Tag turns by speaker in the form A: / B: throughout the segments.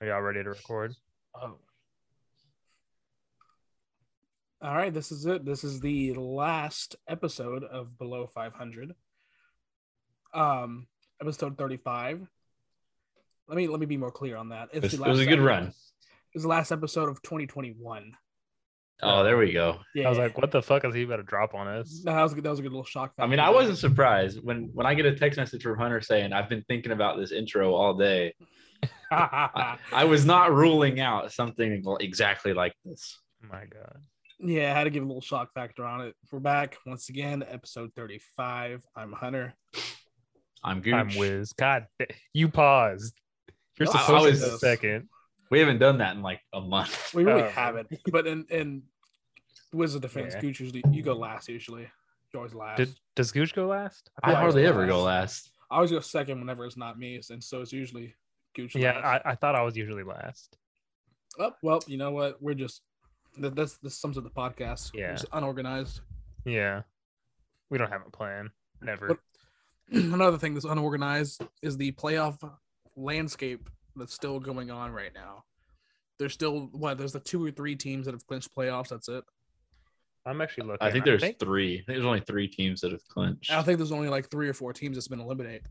A: Are y'all ready to record?
B: Oh,
C: All right, this is it. This is the last episode of Below 500. Um, episode 35. Let me let me be more clear on that.
B: it was,
C: the
B: it was a good
C: episode-
B: run.
C: It's the last episode of 2021.
B: Oh, there we go.
C: Yeah,
A: I was like, what the fuck is he about to drop on us?
C: no, that was a good, that was a good little shock.
B: I
C: factor
B: mean, I
C: there.
B: wasn't surprised when when I get a text message from Hunter saying I've been thinking about this intro all day. I, I was not ruling out something exactly like this.
A: My God.
C: yeah, I had to give a little shock factor on it. We're back once again, episode 35. I'm Hunter.
B: I'm Gooch.
A: I'm Wiz. God, da- you paused. You're
C: No, I- I
A: supposed
B: was-
A: to take a second.
B: We haven't done that in like a month.
C: We really
A: Oh.
C: haven't, but in in Wizard Defense,
A: Yeah.
C: Gooch usually you go last. Usually, you always last.
A: Did, does Gooch go last?
B: I hardly ever go last.
C: I always go second whenever it's not me, and so it's usually Gooch.
A: Yeah,
C: last.
A: I, I thought I was usually last.
C: Oh, well, you know what? We're just that, that's this sums up the podcast.
A: Yeah.
C: We're just unorganized.
A: Yeah. We don't have a plan. Never.
C: But- Another thing that's unorganized is the playoff landscape that's still going on right now. There's still what? There's the two or three teams that have clinched playoffs. That's it.
A: I'm actually looking.
B: I think there's three. I think there's only three teams that have clinched.
C: And I think there's only like three or four teams that's been eliminated.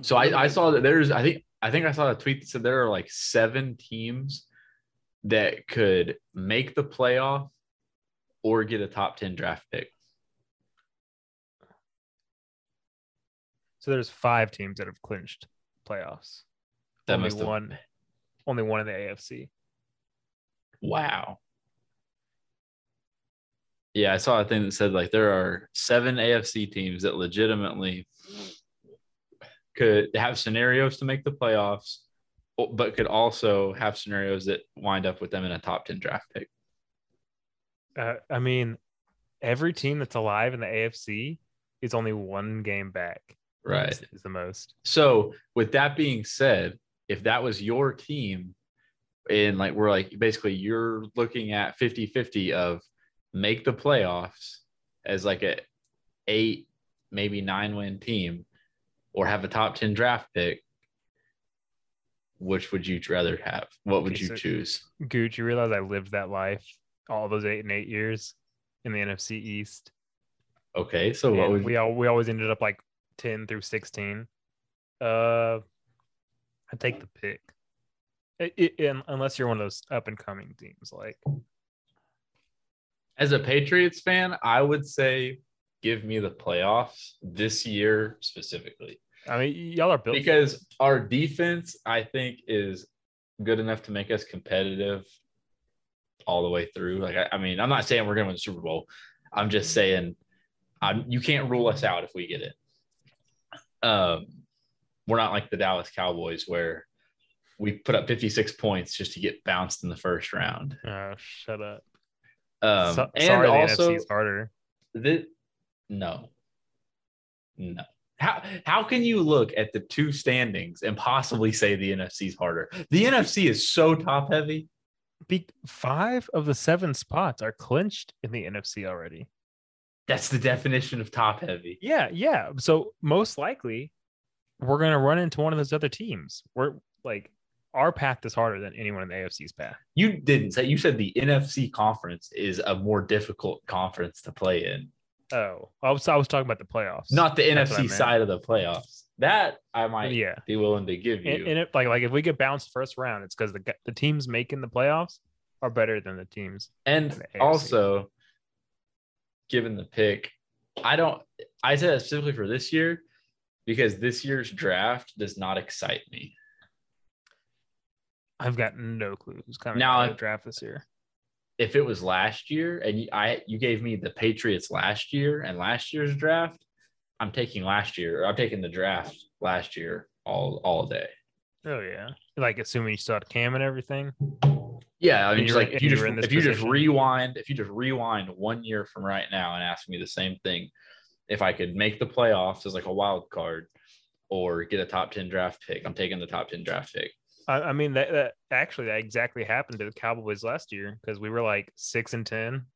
B: So I, I saw that there's I think I think I saw a tweet that said there are like seven teams that could make the playoff or get a top ten draft pick.
A: so there's five teams that have clinched playoffs.
B: That
A: only
B: must have
A: one. Only one in the AFC.
B: wow. Yeah, I saw a thing that said like there are seven AFC teams that legitimately could have scenarios to make the playoffs, but could also have scenarios that wind up with them in a top ten draft pick.
A: Uh, I mean, every team that's alive in the AFC is only one game back.
B: Right.
A: Is, is the most.
B: So, with that being said, if that was your team, and like we're like basically you're looking at 50 50 of make the playoffs as like a eight, maybe nine win team, or have a top 10 draft pick, which would you rather have? What would
A: Okay,
B: you
A: so-
B: choose?
A: Gooch, you realize I lived that life all those eight and eight years in the NFC East.
B: Okay. So, what
A: And
B: would
A: we all we always ended up like ten through sixteen. Uh, I take the pick, I- I- un- unless you're one of those up and coming teams. Like,
B: As a Patriots fan, I would say give me the playoffs this year specifically.
A: I mean, y'all are built for
B: because our defense, I think, is good enough to make us competitive all the way through. Like, I, I mean, I'm not saying we're going to win the Super Bowl. I'm just saying, I'm, you can't rule us out if we get it. Um, we're not like the Dallas Cowboys where we put up 56 points just to get bounced in the first round.
A: it. Oh, shut up.
B: Um,
A: So-
B: and
A: sorry, the
B: also,
A: NFC's harder.
B: this, no, no. How how can you look at the two standings and possibly say the NFC is harder? The NFC is so top heavy.
A: Be- five of the seven spots are clinched in the NFC already.
B: That's the definition of top heavy.
A: Yeah, yeah. So most likely, we're gonna run into one of those other teams. We're like, our path is harder than anyone in the AFC's path.
B: You didn't say you said the NFC conference is a more difficult conference to play in,
A: Oh, I was I was talking about the playoffs.
B: not the
A: That's what I
B: NFC
A: meant.
B: side of the playoffs. That I might
A: yeah.
B: be willing to give you.
A: And, and it, like like if we get bounced first round, it's because the gu- the teams making the playoffs are better than the teams.
B: And
A: the AFC.
B: also, given the pick, I don't. I said that specifically for this year because this year's draft does not excite me.
A: I've got no clue who's coming
B: Now
A: out of
B: I-
A: the draft this year.
B: If it was last year and you, I you gave me the Patriots last year and last year's draft, I'm taking last year. Or I'm taking the draft last year all all day.
A: Oh yeah, like assuming you still had Cam and everything.
B: Yeah, I
A: And
B: mean, just
A: you're-
B: like
A: and
B: if you
A: you're
B: just
A: in this
B: if you just
A: position.
B: rewind, if you just rewind one year from right now and ask me the same thing, if I could make the playoffs as like a wild card or get a top ten draft pick, I'm taking the top ten draft pick.
A: I, I mean that, that actually that exactly happened to the Cowboys last year because we were like six and ten,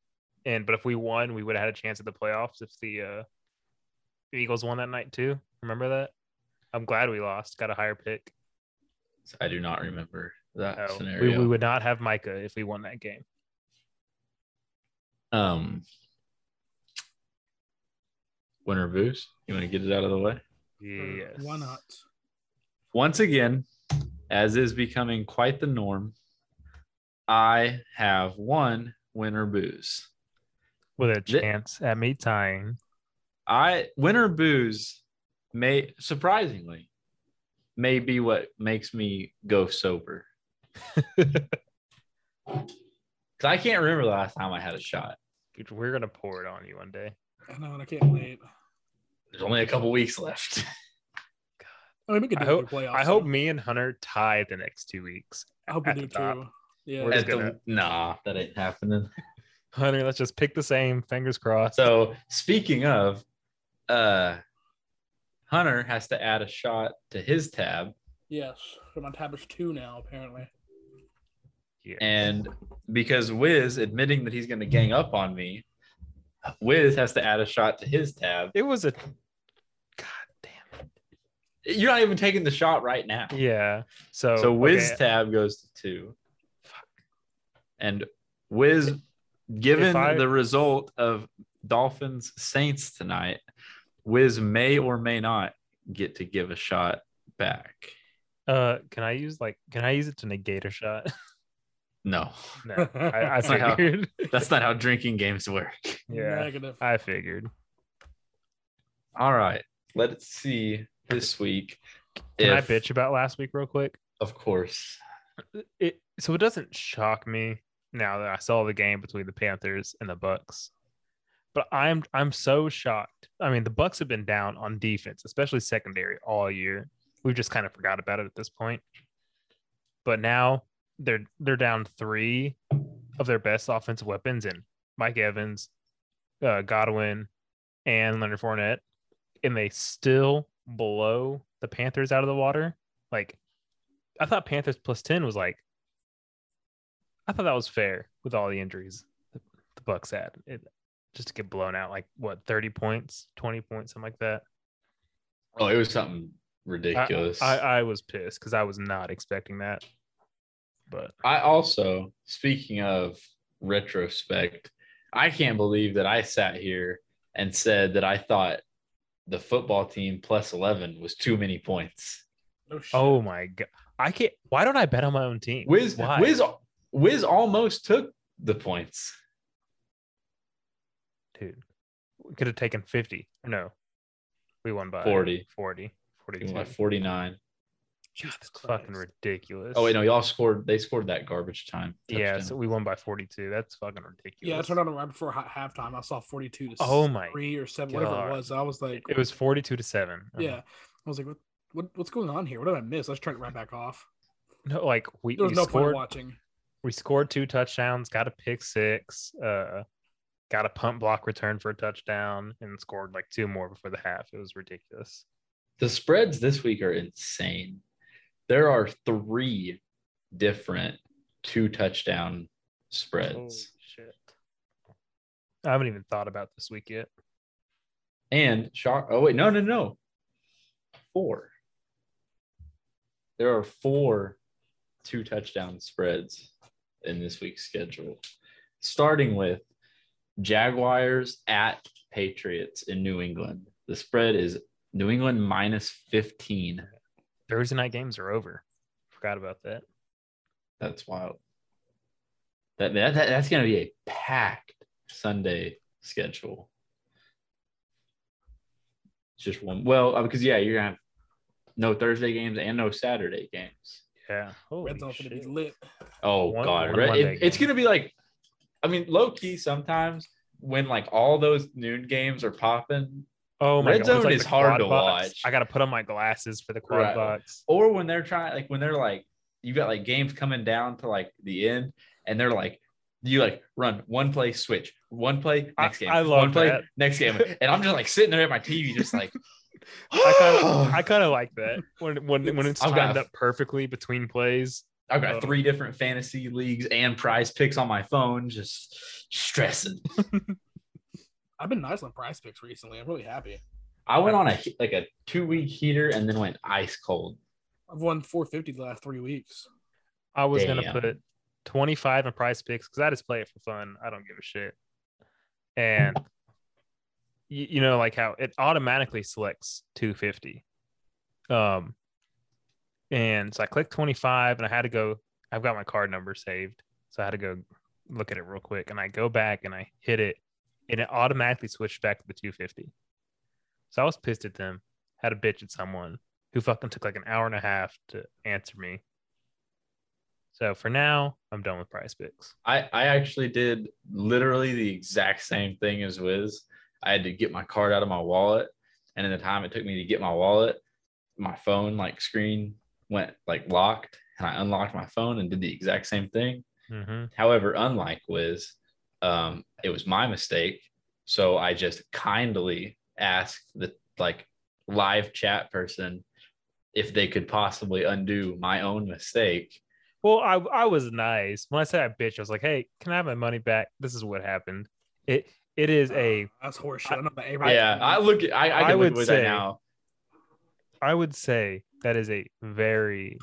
A: and but if we won, we would have had a chance at the playoffs if the uh, Eagles won that night too. Remember that? I'm glad we lost. Got a higher pick.
B: I do not remember. that
A: No, we,
B: scenario.
A: we would not have Micah if we won that game.
B: um, winner boost. You want to get it out of the way?
A: Yes.
C: Why not?
B: Once again, as is becoming quite the norm, I have one winner booze.
A: With a
B: Th-
A: chance at me tying.
B: I winner booze may surprisingly may be what makes me go sober. Cause I can't remember the last time I had a shot.
A: Dude, we're gonna pour it on you one day.
C: I know, and I can't wait.
B: There's only a couple weeks left.
C: I mean, we could
A: I
C: do it
A: hope-
C: for playoffs.
A: I hope
C: so
A: me and Hunter tie the next two weeks.
C: I hope we
A: at
C: do
A: the top.
C: too. Yeah.
A: We're
B: At
A: just
B: the-
A: gonna-
B: nah, that ain't happening.
A: Hunter, let's just pick the same. Fingers crossed.
B: So speaking of, uh, Hunter has to add a shot to his tab,
C: Yes. So my tab is two now, apparently.
A: Yeah.
B: and because Wiz admitting that he's going to gang up on me, Wiz has to add a shot to his tab.
A: it was a God damn
B: You're not even taking the shot right now.
A: it. Yeah. So
B: So Wiz
A: Oh, okay,
B: tab goes to two, and Wiz, given
A: If I-
B: the result of Dolphins Saints tonight, Wiz may or may not get to give a shot back.
A: uh can I use like can I use it to negate a shot?
B: No,
A: no. I, I
B: not how-
A: figured.
B: that's not how drinking games work.
A: yeah.
C: Negative.
A: I figured.
B: All right, let's see this week.
A: Can
B: if-
A: I bitch about last week real quick?
B: Of course.
A: it so it doesn't shock me now that I saw the game between the Panthers and the Bucks. But I'm I'm so shocked. I mean, the Bucks have been down on defense, especially secondary all year. We've just kind of forgot about it at this point. But now they're they're down 3 of their best offensive weapons in Mike Evans, uh, Godwin, and Leonard Fournette, and they still blow the Panthers out of the water. Like I thought Panthers plus 10 was like I thought that was fair with all the injuries that the Bucks had. It, just to get blown out like what 30 points, 20 points, something like that.
B: Oh, it was something ridiculous.
A: I, I was pissed because I was not expecting that. But
B: I also, speaking of retrospect, I can't believe that I sat here and said that I thought the football team plus 11 was too many points.
C: No shit.
A: oh my god. I can't why don't I bet on my own team?
B: Wiz,
A: why?
B: Wiz, Wiz almost took the points.
A: dude. We could have taken 50. No. We won by
B: 40.
A: 40.
B: He
A: 42.
B: won by 49.
A: God, that's
C: Christ.
A: fucking ridiculous.
B: Oh, wait, no, y'all scored. They scored that garbage time.
A: Yeah,
B: touchdown.
A: so we won by 42. That's fucking ridiculous.
C: Yeah, I turned on right before ha- halftime. I saw 42 to
A: Oh my
C: three or seven, whatever
A: God.
C: it was. I was like,
A: It was 42 to 7. Um,
C: yeah. I was like, what, what, what's going on here? What did I miss? I just turned it right back off.
A: No, like we,
C: There was
A: we
C: no point in
A: scored
C: watching.
A: we scored two touchdowns, got a pick six, uh got a punt block return for a touchdown and scored like two more before the half. It was ridiculous.
B: the spreads this week are insane. There are three different two touchdown spreads.
A: shit. I haven't even thought about this week yet.
B: And shock. Oh wait, no, no, no. Four. There are four two touchdown spreads in this week's schedule, starting with Jaguars at Patriots in New England. The spread is New England minus 15.
A: Thursday night games are over. Forgot about that.
B: That's wild. That, that, that- that's going to be a packed Sunday schedule. It's Just one. Well, uh, because yeah, you're gonna have no Thursday games and no Saturday games.
A: Yeah. Holy
C: Red zone's going to be
A: shit.
C: lit.
B: Oh
A: One-
B: god,
A: one
B: right?
A: Monday
B: It- it's
A: game.
B: gonna be like, I mean, low key sometimes when like all those noon games are popping,
A: Oh my
B: Red
A: god.
B: zone
A: it's like
B: is
A: the
B: hard
A: quad
B: to
A: box.
B: watch.
A: I gotta put on my glasses for the quad
B: Right.
A: box.
B: or when they're trying like when they're like you got like games coming down to like the end and they're like you like run one play switch one play
A: I-
B: next game
A: I love
B: one play
A: that.
B: next game and i'm just like sitting there at my tv just like
A: I kind of, I kind of like that when when when it's
B: I've
A: timed
B: got-
A: up perfectly between plays.
B: i've got three different fantasy leagues and prize picks on my phone just stressing
C: I've been nice on price picks recently. I'm really happy.
B: i went on a he- like a two week heater and then went ice cold
C: I've won 450 the last three weeks.
A: I was gonna
B: Damn.
A: put 25 in price picks because I just play it for fun. I don't give a shit. And you, you know, like how it automatically selects 250. Um and so I clicked 25 and I had to go, I've got my card number saved. So I had to go look at it real quick. And I go back and I hit it and it automatically switched back to the 250. So I was pissed at them, had a bitch at someone who fucking took like an hour and a half to answer me. So for now, I'm done with price picks.
B: I, I actually did literally the exact same thing as Wiz. I had to get my card out of my wallet. And in the time it took me to get my wallet, my phone like screen went like locked. And I unlocked my phone and did the exact same thing.
A: Mm-hmm.
B: However, unlike Wiz, um, it was my mistake. So I just kindly asked the like live chat person if they could possibly undo my own mistake.
A: Well, I I was nice when I said I bitch. I was like, hey, can I have my money back? This is what happened. It it is a
C: that's horseshit. I, know that everybody-
B: Yeah, I look. at- I I,
A: I
B: can
A: would
B: look with
A: say-
B: that now.
A: I would say that is a very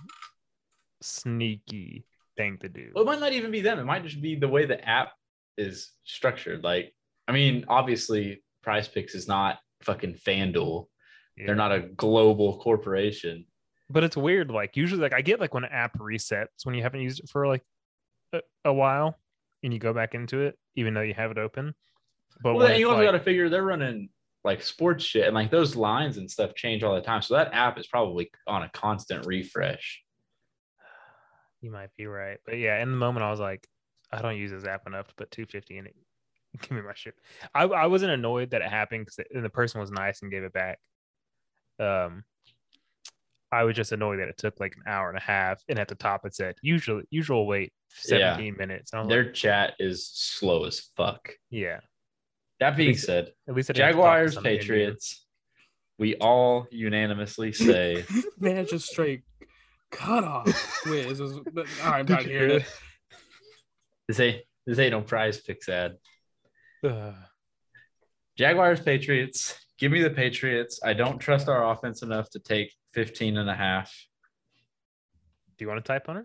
A: sneaky thing to do.
B: Well, it might not even be them. It might just be the way the app is structured. Like, I mean, obviously, Prize Picks is not fucking FanDuel.
A: Yeah.
B: They're not a global corporation.
A: but it's weird. Like usually, like I get like when an app resets when you haven't used it for like a, a while, and you go back into it, even though you have it open. But
B: well,
A: when
B: then you
A: it's,
B: also
A: like-
B: got to figure they're running like sports shit and like those lines and stuff change all the time. So that app is probably on a constant refresh.
A: You might be right. But yeah, in the moment I was like, I don't use this app enough to put 250 in it. Give me my shit. I, I wasn't annoyed that it happened because the person was nice and gave it back. Um I was just annoyed that it took like an hour and a half. And at the top it said usual usual wait 17 minutes. And I was like,
B: Their chat is slow as fuck.
A: yeah.
B: That being
A: Please-
B: said,
A: At least I didn't have to talk to
B: Jaguars,
A: some idiot.
B: Patriots, we all unanimously say
C: Man, it's just straight cut off. Wiz was, but, all right, I'm tired of hearing it.
B: this ain't this ain't no prize picks ad.
A: Ugh.
B: Jaguars, Patriots. Give me the Patriots. I don't trust our offense enough to take 15 and a half.
A: Do you want to type on it?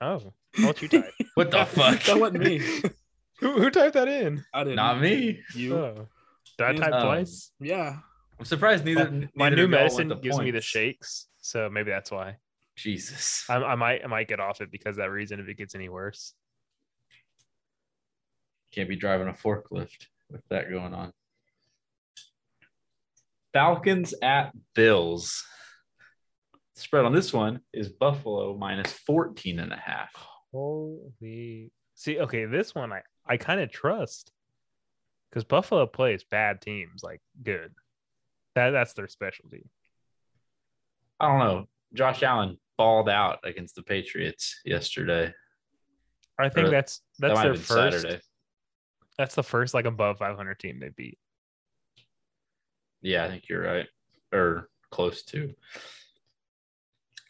A: Oh, I'll let you type.
B: What the fuck?
C: That wasn't me.
A: who, who typed that in?
C: I didn't.
B: Not me.
C: You.
A: Oh. Did I
C: Yes,
A: type
B: um,
A: twice?
C: yeah.
B: I'm surprised neither.
A: Well, my
B: neither
A: new
B: of y'all
A: medicine
B: went to
A: gives me the
B: points.
A: shakes, so maybe that's why.
B: Jesus.
A: I, I might I might get off it because of that reason if it gets any worse.
B: Can't be driving a forklift with that going on. Falcons at Bills. Spread on this one is Buffalo minus 14 and a half.
A: Holy see, okay, this one I I kind of trust because Buffalo plays bad teams like good. That that's their specialty.
B: I don't know. Josh Allen balled out against the Patriots yesterday.
A: I think
B: Or-
A: that's that's
B: might
A: their
B: have been
A: first. That's the first like above 500 team they beat.
B: Yeah, I think you're right, or close to.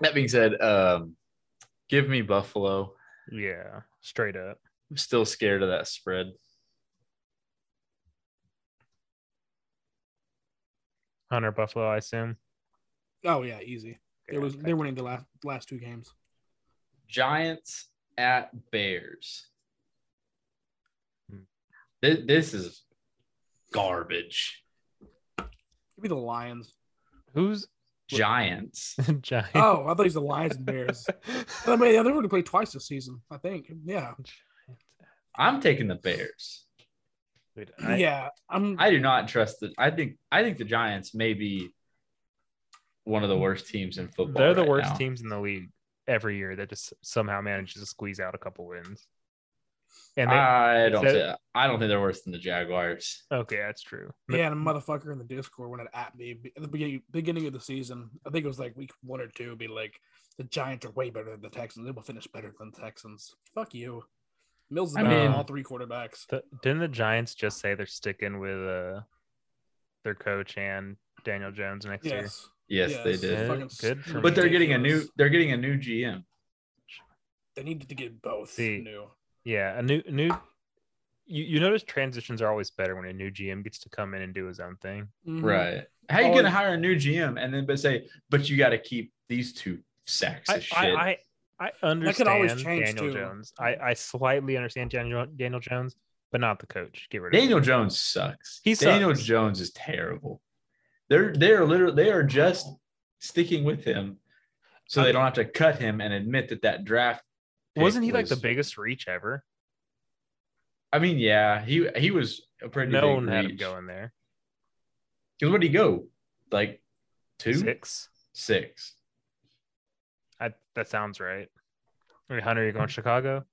B: That being said, um, give me Buffalo.
A: Yeah, straight up.
B: I'm still scared of that spread.
A: 100 Buffalo, I assume.
C: Oh yeah, easy. They
A: Yeah,
C: was
A: okay.
C: they're winning the last last two games.
B: Giants at Bears.
A: Hmm.
B: Thi- This is garbage.
C: Give me the Lions.
A: Who's
B: Giants.
A: Giants?
C: Oh, I thought he's the Lions and Bears. I mean, they've already played twice this season. I think. Yeah.
B: I'm taking the Bears.
A: Dude, I-
C: yeah. I'm.
B: I do not trust the. I think I think the Giants may be one of the worst teams in football.
A: They're the
B: right
A: worst
B: now.
A: teams in the league every year that just somehow manages to squeeze out a couple wins. And they,
B: I don't.
A: so-
B: thi- I don't think they're worse than the Jaguars.
A: okay, that's true. But
C: Yeah, and a motherfucker in the Discord when it at me at the beginning beginning of the season. I think it was like week one or two. Be like, the Giants are way better than the Texans. They will finish better than the Texans. Fuck you. Mills is
B: I
C: better than
A: mean-
C: all three quarterbacks.
A: the- didn't the Giants just say they're sticking with uh, their coach and Daniel Jones next year?
C: Yes.
B: Yes, they
C: Yes.
B: did.
A: Yeah,
C: Fucking
A: good for
B: But they're getting a new.
C: ridiculous.
B: They're getting a new GM.
C: They needed to get both
A: See.
C: new.
A: Yeah, a new new. You, you notice transitions are always better when a new GM gets to come in and do his own thing.
C: Mhm.
B: Right. How you
C: Oh,
B: gonna
C: it's-
B: hire a new GM and then but say, but you got to keep these two sacks
A: I,
B: of shit?
A: I, I I understand
C: always change,
A: Daniel
C: too.
A: Jones. I, I slightly understand Daniel Daniel Jones, but not the coach. Get rid of
B: Daniel
A: him.
B: Jones sucks.
A: He
B: Daniel
A: sucks.
B: Jones is terrible. They're they are literally they are just sticking with him, so they don't have to cut him and admit that that draft. pick
A: Wasn't he like the
B: was-
A: biggest reach ever?
B: I mean, yeah, he he was a pretty.
A: No one had him
B: big
A: going there.
B: Because where'd he go? Like two, six.
A: Six. I, that sounds right. I mean, Hunter, you going to Chicago?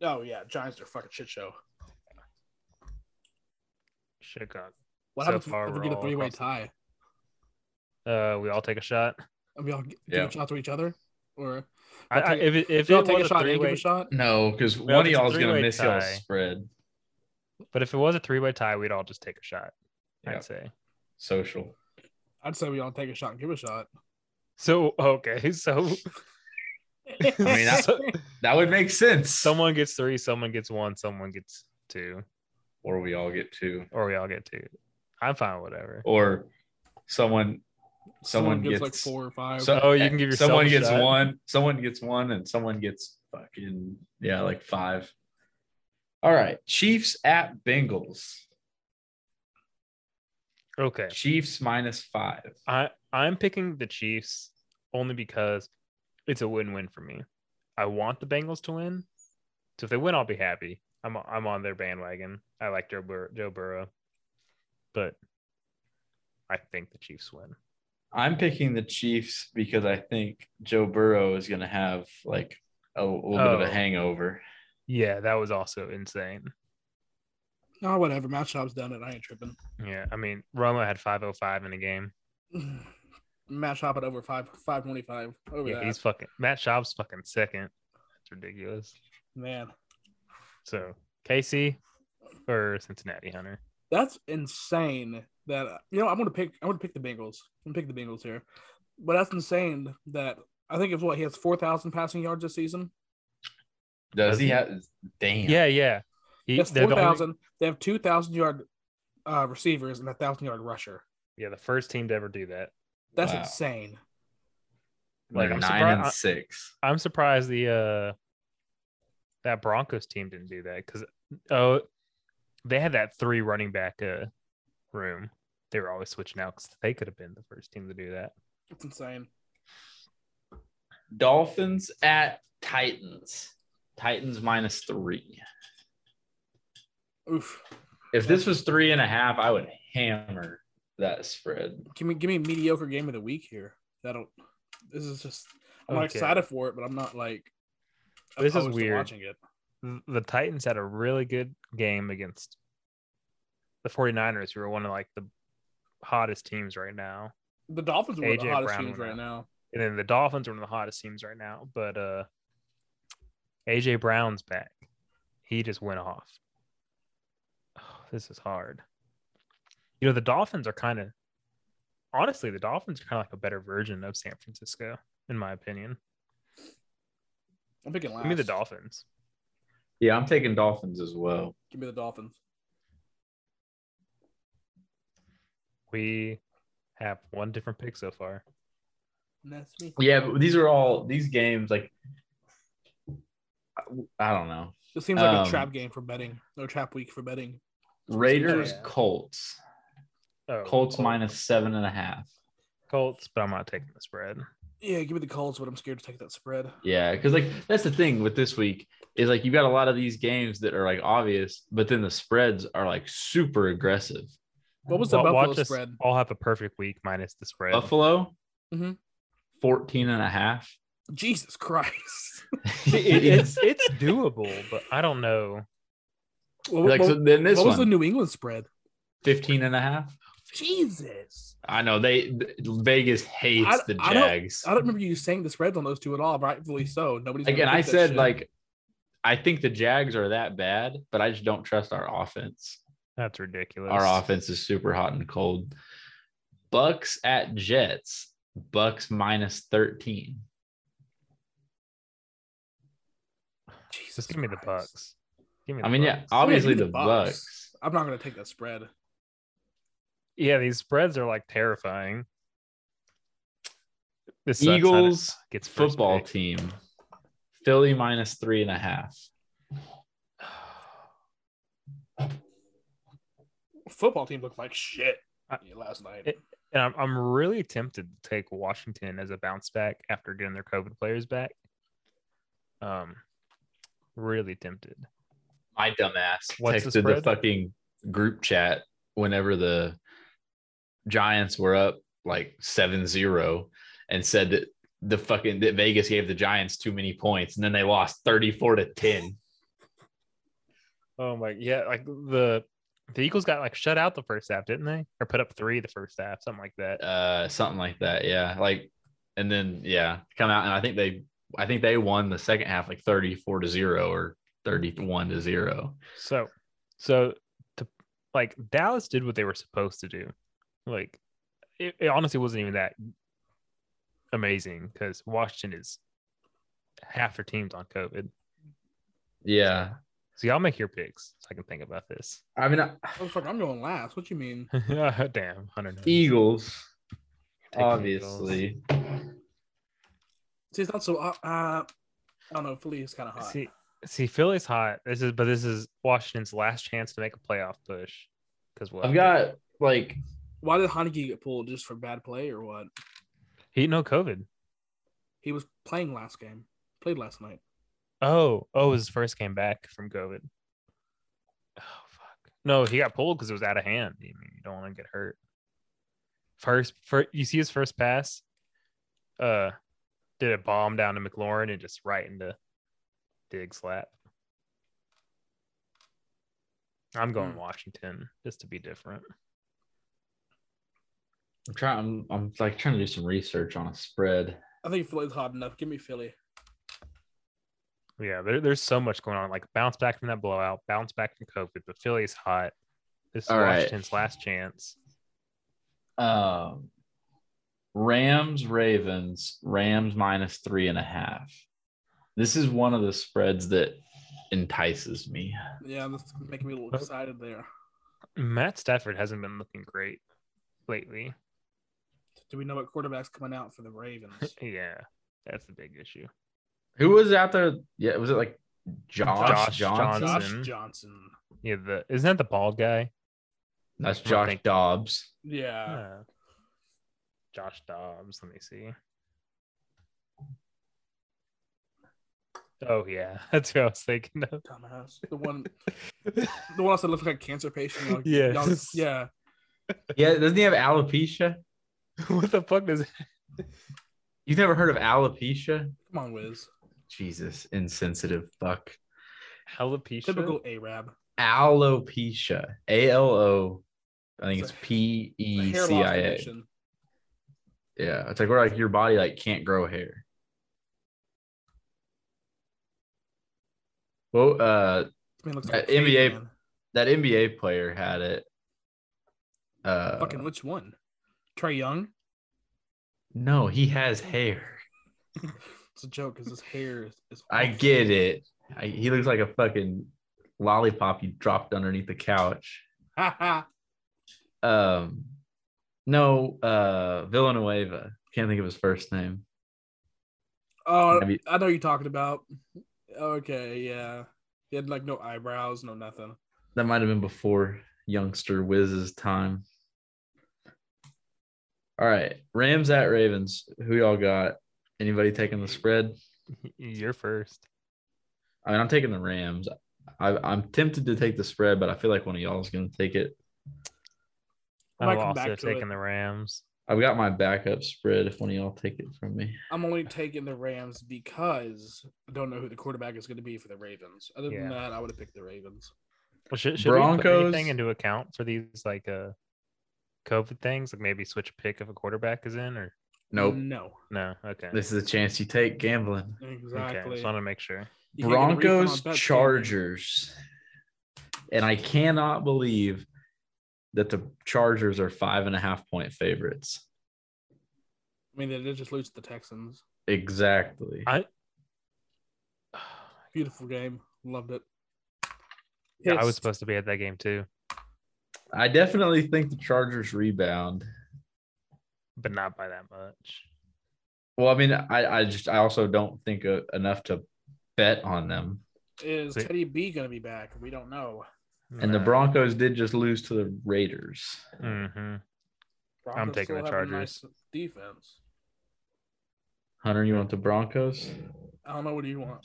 C: Oh yeah, Giants are a fucking shit show.
A: Chicago.
C: What
A: So
C: happens if-
A: far,
C: if
A: we're
C: we get a
A: all
C: three-way
A: across the-
C: tie?
A: Uh, we all take a shot.
C: And we all g- give
B: Yeah.
C: a shot to each other, or
A: I,
C: I'll
A: I,
C: take-
A: if it, if
C: we all
A: it
C: take a
A: was a
C: shot and you give
A: three-way,
C: a shot.
B: No, because
A: Well,
B: one of
A: it's a
B: y'all is gonna
A: three-way
B: miss y'all's
A: tie.
B: spread.
A: but if it was a three-way tie, we'd all just take a shot.
B: Yeah.
A: I'd say.
B: Social.
C: I'd say we all take a shot and give a shot.
A: So okay, so
C: I
B: mean, I-
A: so-
B: That would make sense.
A: someone gets three, someone gets one, someone gets two,
B: or we all get two.
A: or we all get two. I'm fine, with whatever.
B: Or someone someone,
C: gives
B: gets
C: like four or five.
B: So,
A: Oh, you can give yourself
B: someone
A: a
B: gets
A: shot.
B: one, someone gets one, and someone gets fucking yeah, like five. All right, Chiefs at Bengals.
A: Okay,
B: Chiefs minus five.
A: I I'm picking the Chiefs only because it's a win-win for me. I want the Bengals to win, so if they win, I'll be happy. I'm I'm on their bandwagon. I like Joe Bur- Joe Burrow, but I think the Chiefs win.
B: I'm picking the Chiefs because I think Joe Burrow is gonna have like a, little bit of
A: Oh.
B: a hangover.
A: Yeah, that was also insane.
C: no, Oh, whatever. Matt Schaub's done it. I ain't tripping.
A: Yeah, I mean Romo had 505 in the game.
C: Matt Schaub at over five, five twenty-five. Over
A: Yeah,
C: that.
A: he's fucking Matt Schaub's fucking second. That's ridiculous.
C: man.
A: So KC or Cincinnati Hunter.
C: That's insane. That you know, I'm gonna pick. I'm gonna pick the Bengals. I'm gonna pick the Bengals here. But that's insane. That I think it's what he has four thousand passing yards this season.
B: Does he have? Damn.
A: Yeah, yeah. He,
C: That's
A: they're the
C: four
A: only-
C: thousand. They have two thousand yard uh, receivers and a thousand yard rusher.
A: yeah, the first team to ever do that.
C: That's
B: Wow.
C: insane.
B: like
A: I'm
B: nine
A: surprised-
B: and
A: I-
B: six.
A: I'm surprised the uh that Broncos team didn't do that because oh they had that three running back uh room. They were always switching out because they could have been the first team to do that.
C: It's insane.
B: Dolphins at Titans. Titans minus three.
C: Oof.
B: If this was three and a half, I would hammer that spread.
C: Give me give me mediocre game of the week here. That'll. This is just. I'm not
A: Okay.
C: excited for it, but I'm not like.
A: This is
C: opposed to
A: weird.
C: Watching it.
A: th- the Titans had a really good game against the 49ers, who are one of like the hottest teams right now.
C: The Dolphins are one of the
A: AJ
C: hottest
A: Brown
C: teams
A: went
C: right
A: out.
C: now.
A: And then the Dolphins are one of the hottest teams right now. But uh AJ Brown's back. He just went off. Oh, this is hard. You know, the Dolphins are kind of honestly, the Dolphins are kind of like a better version of San Francisco, in my opinion.
C: I'm picking last.
A: Give me the Dolphins.
B: Yeah, I'm taking Dolphins as well.
C: Give me the Dolphins.
A: We have one different pick so far.
C: And that's me.
B: Yeah, but these are all these games. Like, I don't know.
C: This seems like
B: Um,
C: a trap game for betting or trap week for betting.
B: Raiders,
A: Yeah.
B: Colts.
A: Oh,
B: Colts minus seven and a half.
A: Colts, but I'm not taking the spread.
C: Yeah, give me the Colts, but I'm scared to take that spread.
B: Yeah, because like that's the thing with this week is like you got a lot of these games that are like obvious, but then the spreads are like super aggressive.
C: What was the
A: Wa-
C: Buffalo
A: watch us
C: spread?
A: all have a perfect week minus the spread.
B: Buffalo, Mm-hmm.
C: Mhm.
B: 14 and a half.
C: Jesus Christ.
A: It- it's it's doable, but I don't know.
C: What,
B: like
C: what-
B: so then this
C: what was the
B: one
C: New England spread?
B: 15 and a half
C: Jesus.
B: i know they th- vegas hates
C: I-
B: the
C: I don't-
B: jags
C: I don't remember you saying the spreads on those two at all, rightfully so. Nobody's gonna
B: again
C: pick
B: i
C: that
B: said
C: shit.
B: like i think the jags are that bad but i just don't trust our offense
A: That's ridiculous.
B: our offense is super hot and cold bucks at jets bucks minus 13
C: Jesus
A: Just give me the
C: Christ.
A: Bucks. Give me. The
B: i mean yeah
A: Bucks.
B: obviously
C: give me
B: the
C: the Bucs.
B: bucks
C: I'm not gonna take that spread.
A: yeah. These spreads are like terrifying. This sucks. I don't-
B: eagles
A: gets first
B: football
A: pick.
B: team Philly minus three and a half.
C: Football team looked like shit
A: I-
C: last night.
A: Uh, it- And I'm, I'm really tempted to take Washington as a bounce back after getting their COVID players back. Um, really tempted.
B: My dumbass
A: What's the
B: texted the,
A: spread?
B: fucking group chat whenever the Giants were up like 7-0 and said that the fucking that Vegas gave the Giants too many points and then they lost 34 to 10.
A: Oh my yeah, like the the Eagles got like shut out the first half, didn't they? Or put up three the first half, something like that.
B: uh something like that yeah like and then yeah come out and i think they i think they won the second half like 34 to 0 or 31 to 0
A: So, so to like Dallas did what they were supposed to do. Like, it, it honestly wasn't even that amazing because Washington is half their teams on COVID.
B: yeah
A: So y'all make your picks so I can think about this. Oh,
B: i mean uh, I,
C: Oh, fuck, I'm going last. What you mean?
A: Damn, Hunter. knows.
B: eagles
A: Taking Eagles.
B: obviously
C: See, it's not so. Uh, uh, I don't know. Philly is kind of hot.
A: See, see, Philly's hot. This is, but this is Washington's last chance to make a playoff push. Because what
B: i've got like
C: Why did Haneke get pulled? Just for bad play or what?
A: he no COVID.
C: He was playing last game. Played last night.
A: Oh, oh, it was his
B: Mm.
A: first game back from COVID. Oh fuck! No, he got pulled because it was out of hand. I mean, you don't want to get hurt. First, first, you see his first pass. Uh, did a bomb down to McLaurin and just right into Diggs' lap. I'm going
C: Hmm.
A: Washington just to be different.
B: i'm trying I'm, I'm like trying to do some research on a spread
C: I think Philly's hot enough. Give me Philly.
A: Yeah, there, there's so much going on. Like bounce back from that blowout, bounce back from COVID. But Philly's hot. This is
B: All right.
A: Washington's last chance.
B: um rams ravens rams minus three and a half this is one of the spreads that entices me
C: Yeah, that's making me a little
A: But-
C: excited there.
A: Matt Stafford hasn't been looking great lately.
C: Do we know what quarterback's coming out for the Ravens?
A: Yeah, that's the big issue.
B: Who was out there? Yeah, was it like Josh,
A: Josh
B: Johnson?
A: Johnson.
C: Josh Johnson.
A: Yeah, the isn't that the bald guy?
B: That's
A: I don't
B: Josh
A: think-
B: Dobbs.
C: Yeah.
A: Yeah. Josh Dobbs. Let me see. Oh yeah, that's who I was thinking of.
C: Dumbass. The one the one that looks like a cancer patient. Like, y'all-
A: Yes.
C: yeah.
B: Yeah, doesn't he have alopecia?
A: what the fuck does?
B: You've never heard of alopecia?
C: Come on, Wiz.
B: Jesus, insensitive fuck.
A: Alopecia.
C: Typical Arab.
B: Alopecia. A L O. I think
C: It's
B: it's
C: a-
B: P
C: The
B: E
C: hair
B: C
C: loss
B: I A.
C: condition.
B: Yeah, it's like where like your body like can't grow hair. Well, uh,
C: I mean, looks like
B: That
C: a
B: NBA
C: caveman.
B: that NBA player had it. Uh,
C: Fucking which one? Trey Young?
B: no, he has hair.
C: It's a joke because his hair is. is
B: I
C: awful.
B: get it. I, he looks like a fucking lollipop you dropped underneath the couch.
C: Oh,
B: Um, no, uh, Villanueva. Can't think of his first name.
C: oh,
B: Have you-
C: I know what you're talking about. Okay, yeah. He had like no eyebrows, no nothing.
B: That might have been before youngster Wiz's time. All right, Rams at Ravens. Who y'all got? Anybody taking the spread?
A: You're first.
B: I mean, I'm taking the Rams. I, I'm tempted to take the spread, but I feel like one of y'all is going to take it.
A: I'm
C: I might come
A: also
C: back to
A: taking
C: it.
A: the Rams.
B: I've got my backup spread. If one of y'all take it from me.
C: I'm only taking the Rams because I don't know who the quarterback is going to be for the Ravens. Other
A: Yeah.
C: than that, I would have picked the Ravens.
A: Well, should, should we put
B: Broncos-
A: anything into account for these like uh COVID things? Like maybe switch a pick if a quarterback is in or
B: Nope.
C: No.
A: no? Okay.
B: This is a chance you take gambling.
A: Okay.
C: Exactly.
A: Just want to make sure.
C: You can't get a refund
B: Broncos
C: on bets, can you?
B: Chargers. And I cannot believe that the Chargers are five and a half point favorites.
C: I mean, they did just lose to the Texans.
B: Exactly.
A: I-
C: Beautiful game. Loved it.
A: Yeah, I was
C: Pissed.
A: supposed to be at that game too,
B: I definitely think the Chargers rebound.
A: but not by that much.
B: Well, I mean, I, I just I also don't think uh enough to bet on them.
C: Is
A: See-
C: Teddy B going to be back? We don't know.
B: And the Broncos did just lose to the Raiders.
A: hmm
C: Broncos
A: taking
C: still
A: the
C: have a
A: Chargers.
C: nice defense.
B: Hunter, you want the Broncos?
C: I don't know what do you want.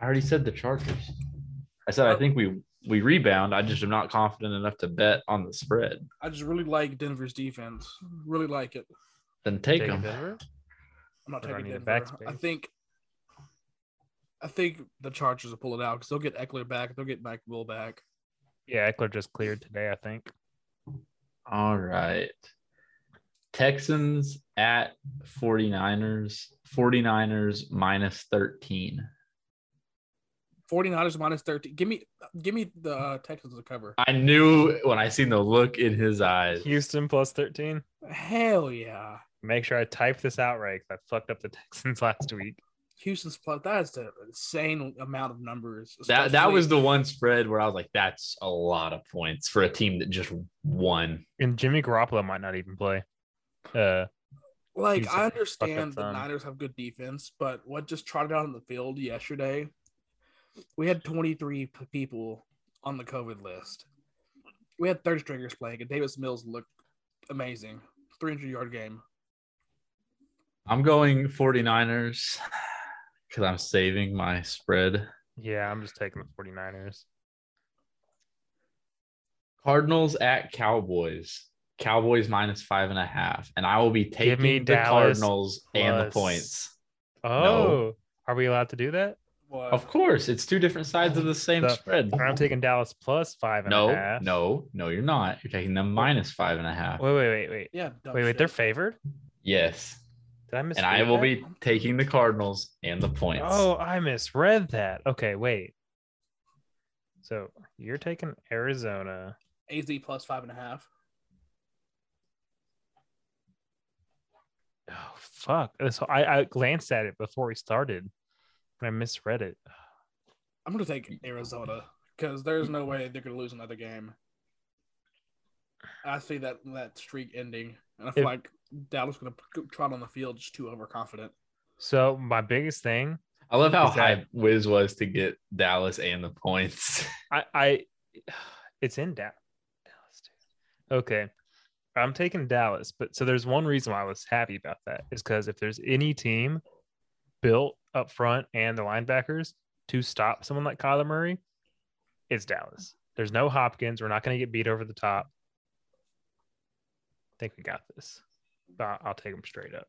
B: I already said the Chargers. Oh. I said I think we we rebound. I just am not confident enough to bet on the spread.
C: I just really like Denver's defense. Really like it.
B: Then take
A: Taking
B: them.
A: Denver?
C: I'm not
A: But I
C: taking
A: need a
C: Denver.
A: backspace.
C: I think I think the Chargers will pull it out because they'll get Eckler back. They'll get Mike Will back.
A: Yeah, Eckler just cleared today, I think.
B: All right. Texans at 49ers. 49ers minus 13.
C: 49ers minus 13. Give me give me the uh, Texans to cover.
B: I knew when I seen the look in his eyes.
A: Houston plus 13.
C: Hell yeah.
A: Make sure I type this out right 'cause I fucked up the Texans last week.
C: Houston's plus that's an insane amount of numbers.
B: That that
C: especially-
B: was the one spread where I was like, that's a lot of points for a team that just won.
A: And Jimmy Garoppolo might not even play. Uh,
C: like
A: He's
C: I
A: a fucked up
C: understand the
A: son.
C: Niners have good defense, but what just trotted out on the field yesterday, we had 23 p- people on the COVID list. We had third stringers playing, and Davis Mills looked amazing. 300 yard game.
B: I'm going 49ers because I'm saving my spread.
A: yeah, I'm just taking the 49ers.
B: Cardinals at Cowboys. Cowboys minus five and a half. And I will be taking
A: Give me
B: the
A: Dallas
B: Cardinals and the
A: plus.
B: points.
A: Oh, are we allowed to do that?
C: What?
B: Of course, it's two different sides of the same
A: The-
B: spread.
A: I'm taking Dallas plus five and a
B: No,
A: half.
B: no, no, you're not. You're taking them minus five and a half.
A: Wait, wait, wait, wait.
C: Yeah. dumb
A: Wait, wait.
C: shit.
A: They're favored?
B: Yes.
A: Did I miss
B: And I will be taking the Cardinals and the points.
A: Oh, I misread that. Okay, wait. So you're taking Arizona.
C: AZ plus five and a half.
A: Oh fuck! So I, I glanced at it before we started, and I misread it.
C: I'm gonna take Arizona because there's no way they're gonna lose another game. I see that that streak ending, and I feel
A: If-
C: like Dallas gonna p- trot on the field just too overconfident.
A: So my biggest thing,
B: I love how
A: Is that-
B: high Wiz was to get Dallas and the points.
A: I, I it's in Dallas. Dallas, dude. Okay, I'm taking Dallas, but so there's one reason why I was happy about that is because if there's any team built up front and the linebackers to stop someone like Kyler Murray, it's Dallas. There's no Hopkins. We're not going to get beat over the top. I think we got this. I- I'll take them straight up.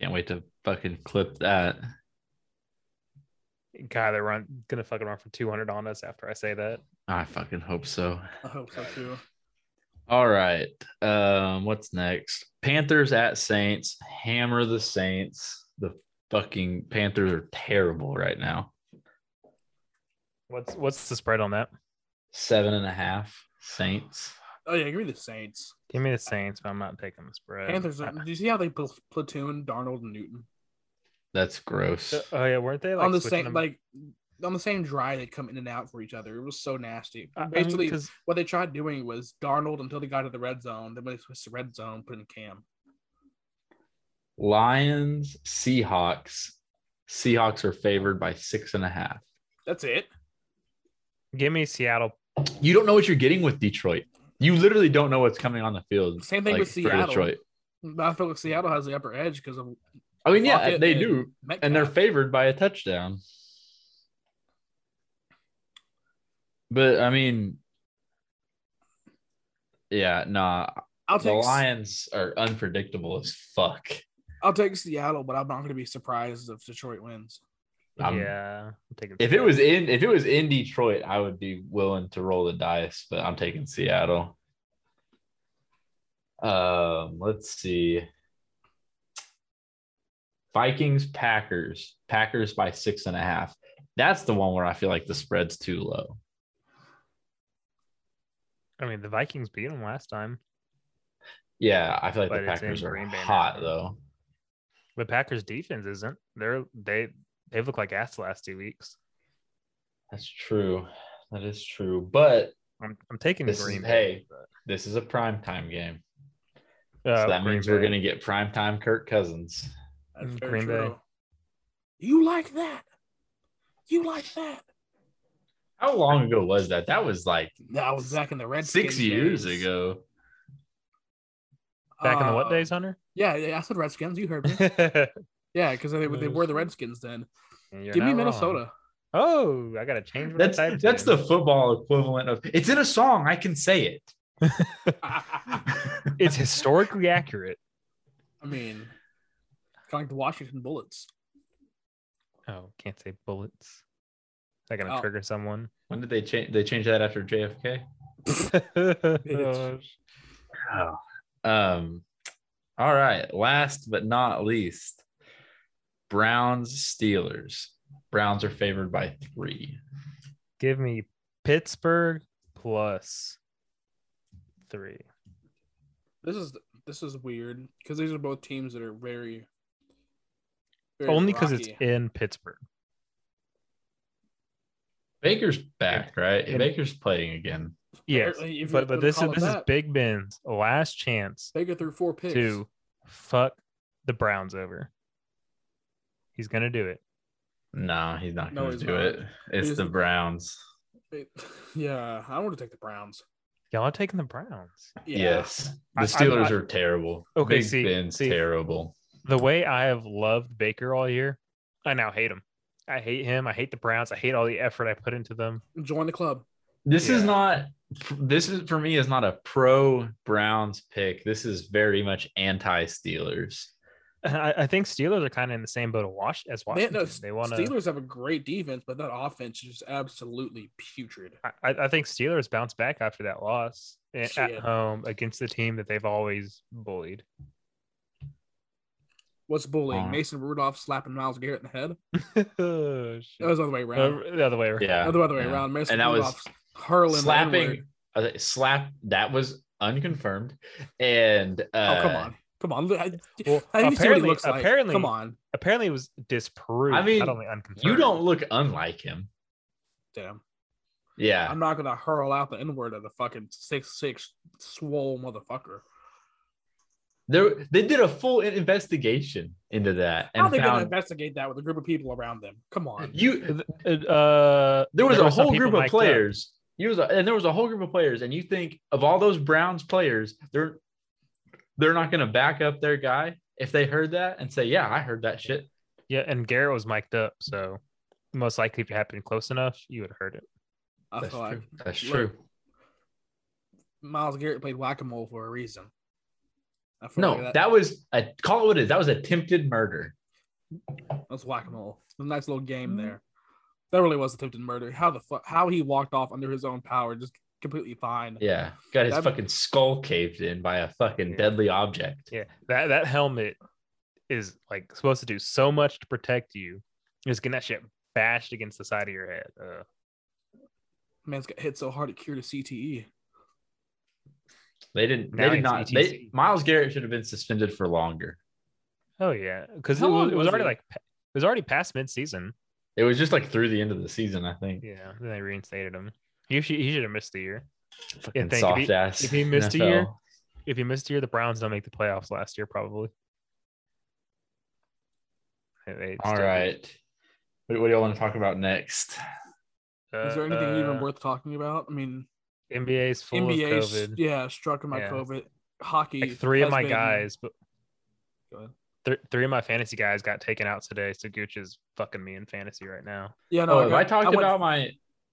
B: Can't wait to fucking clip that.
A: Kyler run gonna fucking run for 200 on us after I say that.
B: I fucking hope so.
C: I hope so too.
B: All right. Um, what's next? Panthers at Saints. Hammer the Saints. The fucking Panthers are terrible right now.
A: What's what's the spread on that?
B: Seven and a half Saints.
C: Oh yeah, give me the Saints.
A: Give me the Saints, but I'm not taking the spread.
C: Panthers.
A: Uh,
C: Are, do you see how they pl- platoon Darnold and Newton
B: That's gross.
A: oh yeah, weren't they like
C: on the
A: switching
C: same
A: them-
C: like on the same drive? They come in and out for each other. It was so nasty.
B: Uh,
A: I- I mean,
C: Basically,
A: 'cause-
C: what they tried doing was Darnold until they got to the red zone. Then when they switched to red zone, put in Cam.
B: Lions, Seahawks. Seahawks are favored by six and a half.
C: That's it.
A: give me Seattle.
B: You don't know what you're getting with Detroit. You literally don't know what's coming on the field.
C: Same thing
B: like,
C: with
B: for
C: Seattle.
B: Detroit.
C: But I feel like Seattle has the upper edge because of
B: I mean, yeah,
C: Lockett
B: they
C: and
B: do.
C: Metcalf.
B: and they're favored by a touchdown. But I mean, yeah, nah,
C: I'll
B: the
C: take
B: Lions are unpredictable as fuck.
C: I'll take Seattle, but I'm not going to be surprised if Detroit wins.
B: I'm-
A: yeah, I'm taking
B: If it was in if it was in Detroit, I would be willing to roll the dice, but I'm taking Seattle. Um, let's see. Vikings, Packers, Packers by six and a half. That's the one where I feel like the spread's too low.
A: I mean, the Vikings beat them last time.
B: Yeah, I feel like
A: But
B: the
A: it's in
B: Packers are
A: Green Bay now.
B: hot though.
A: The Packers defense isn't. They're they they've looked like ass the last two weeks.
B: That's true. That is true. But
A: I'm, I'm taking
B: This is-
A: Green
B: hey,
A: Bay.
B: this is a primetime game.
A: but,
B: So
A: uh,
B: that
A: Green
B: means we're
A: Bay.
B: gonna get primetime Kirk Cousins.
C: That's
A: Mm,
C: very
A: Green
C: true.
A: Bay.
C: You like that? You like that?
B: How long ago was that? That was like
C: That was back in the red.
B: six years ago.
A: Back in the what days, Hunter?
C: Uh, Yeah, yeah, I said Redskins. You heard me. Yeah, because they, they were the Redskins then.
A: You're
C: Give
A: not
C: me
A: wrong.
C: Minnesota.
A: Oh, I gotta change. What
B: That's
A: I typed
B: that's
A: in.
B: the football equivalent of it's in a song. I can say it.
A: It's historically accurate.
C: I mean, kind of like the Washington Bullets.
A: Oh, can't say bullets. Is that gonna
C: Oh.
A: trigger someone?
B: when did they change? They changed that after JFK.
A: Oh,
B: Um, all right. Last but not least, Browns Steelers. Browns are favored by three.
A: Give me Pittsburgh plus three.
C: This is this is weird because these are both teams that are very, very
A: Only because it's
C: rocky.
A: in Pittsburgh.
B: Baker's back, right?
A: Yeah.
B: Baker's playing again.
A: Yes,
C: Apparently, if you
A: but but
C: would
A: this is
C: call it
A: this is
C: that-
A: Big Ben's last chance
C: Baker threw four picks.
A: to fuck the Browns over. He's gonna do it.
B: No, he's not
C: No,
B: going
C: he's
B: to do
C: not.
B: it. It's
C: He's-
B: the Browns.
C: It- yeah, I want to take the Browns.
A: Y'all are taking the Browns.
C: Yeah.
B: Yes. The
A: I-
B: Steelers
A: I-
B: are terrible.
A: Okay,
B: Big
A: see-
B: Ben's
A: see.
B: terrible.
A: The way I have loved Baker all year, I now hate him. I hate him. I hate the Browns. I hate all the effort I put into them.
C: Join the club.
B: This is
A: Yeah.
B: not. This is for me is not a pro Browns pick. This is very much anti Steelers.
A: I, I think Steelers are kind of in the same boat of Wash as
C: Man,
A: Washington.
C: no,
A: they want to.
C: Steelers have a great defense, but that offense is just absolutely putrid.
A: I, I think Steelers bounce back after that loss a- at
C: Yeah.
A: home against the team that they've always bullied.
C: What's bullying?
B: Uh.
C: Mason Rudolph slapping Miles Garrett in the head.
A: oh, shit.
C: That was the other way around.
A: Uh, the other way around.
B: Yeah.
C: Oh, the other way
B: yeah.
C: around. Mason
B: And that was
C: Rudolph's hurling the
B: slapping
C: N-word.
B: uh, slap that was unconfirmed and uh,
C: oh come on, come on! I,
A: Well,
C: I need to see what
A: apparently-
C: he looks like.
A: apparently-
C: come on,
A: Apparently, it was disproved.
B: I mean,
A: not only unconfirmed.
B: you don't look unlike him
C: damn!
B: yeah
C: I'm not gonna hurl out the N word at the fucking six six swole motherfucker.
B: There- they did a full in- investigation into that
C: How
B: and
C: are they gonna
B: found
C: investigate that with a group of people around them? Come on,
B: you
A: Uh, uh,
B: there was
A: were
B: a
A: some
B: whole
A: people
B: group of
A: mic'd up.
B: players you was a, and there was a whole group of players and you think of all those browns players they're they're not going to back up their guy if they heard that and say yeah i heard that shit
A: Yeah, and Garrett was mic'd up, so most likely if it happened close enough, you would have heard it.
C: I
B: that's
C: feel like
B: true that's
C: Look,
B: true
C: Miles Garrett played whack a mole for a reason. I feel
B: no
C: like
B: that was a call it what it is that was attempted murder
C: That's whack a mole. A nice little
A: Mm.
C: game there. That really was attempted murder. How the fuck? How he walked off under his own power, just completely fine.
B: Yeah, got his
C: That'd-
B: fucking skull caved in by a fucking
A: Yeah.
B: deadly object.
A: Yeah, that that helmet is like supposed to do so much to protect you. Just getting that shit bashed against the side of your head. Uh,
C: Man's got hit so hard it cured a E. CTE.
B: They didn't.
A: Now
B: they did
A: he's E
B: not.
A: ETC.
B: They, Miles Garrett should have been suspended for longer.
A: oh yeah, because it
C: How
A: was,
C: long
A: it was
C: was
A: already
C: he?
A: like pa- it was already past mid-season.
B: It was just like through the end of the season, I think.
A: Yeah, then they reinstated him. He should he should have missed the year.
B: Fucking
A: think if
B: soft
A: he-
B: ass.
A: if he missed a
B: NFL.
A: year- If he missed a year, the Browns don't make the playoffs last year probably. They- they
B: All
A: still-
B: right. What, what do y'all want to talk about next?
C: Is there anything even
A: uh,
C: worth talking about? I mean,
A: NBA's full
C: NBA,
A: of
C: 's-
A: COVID.
C: yeah, struck by
A: Yeah.
C: COVID. Hockey.
A: like three of
C: has
A: my
C: been-
A: guys, but
C: Go ahead.
A: th- three of my fantasy guys got taken out today. So Gooch is fucking me in fantasy right now.
C: Yeah, no.
B: Oh,
C: I,
B: have
C: got-
B: I talked
C: went-
B: about my?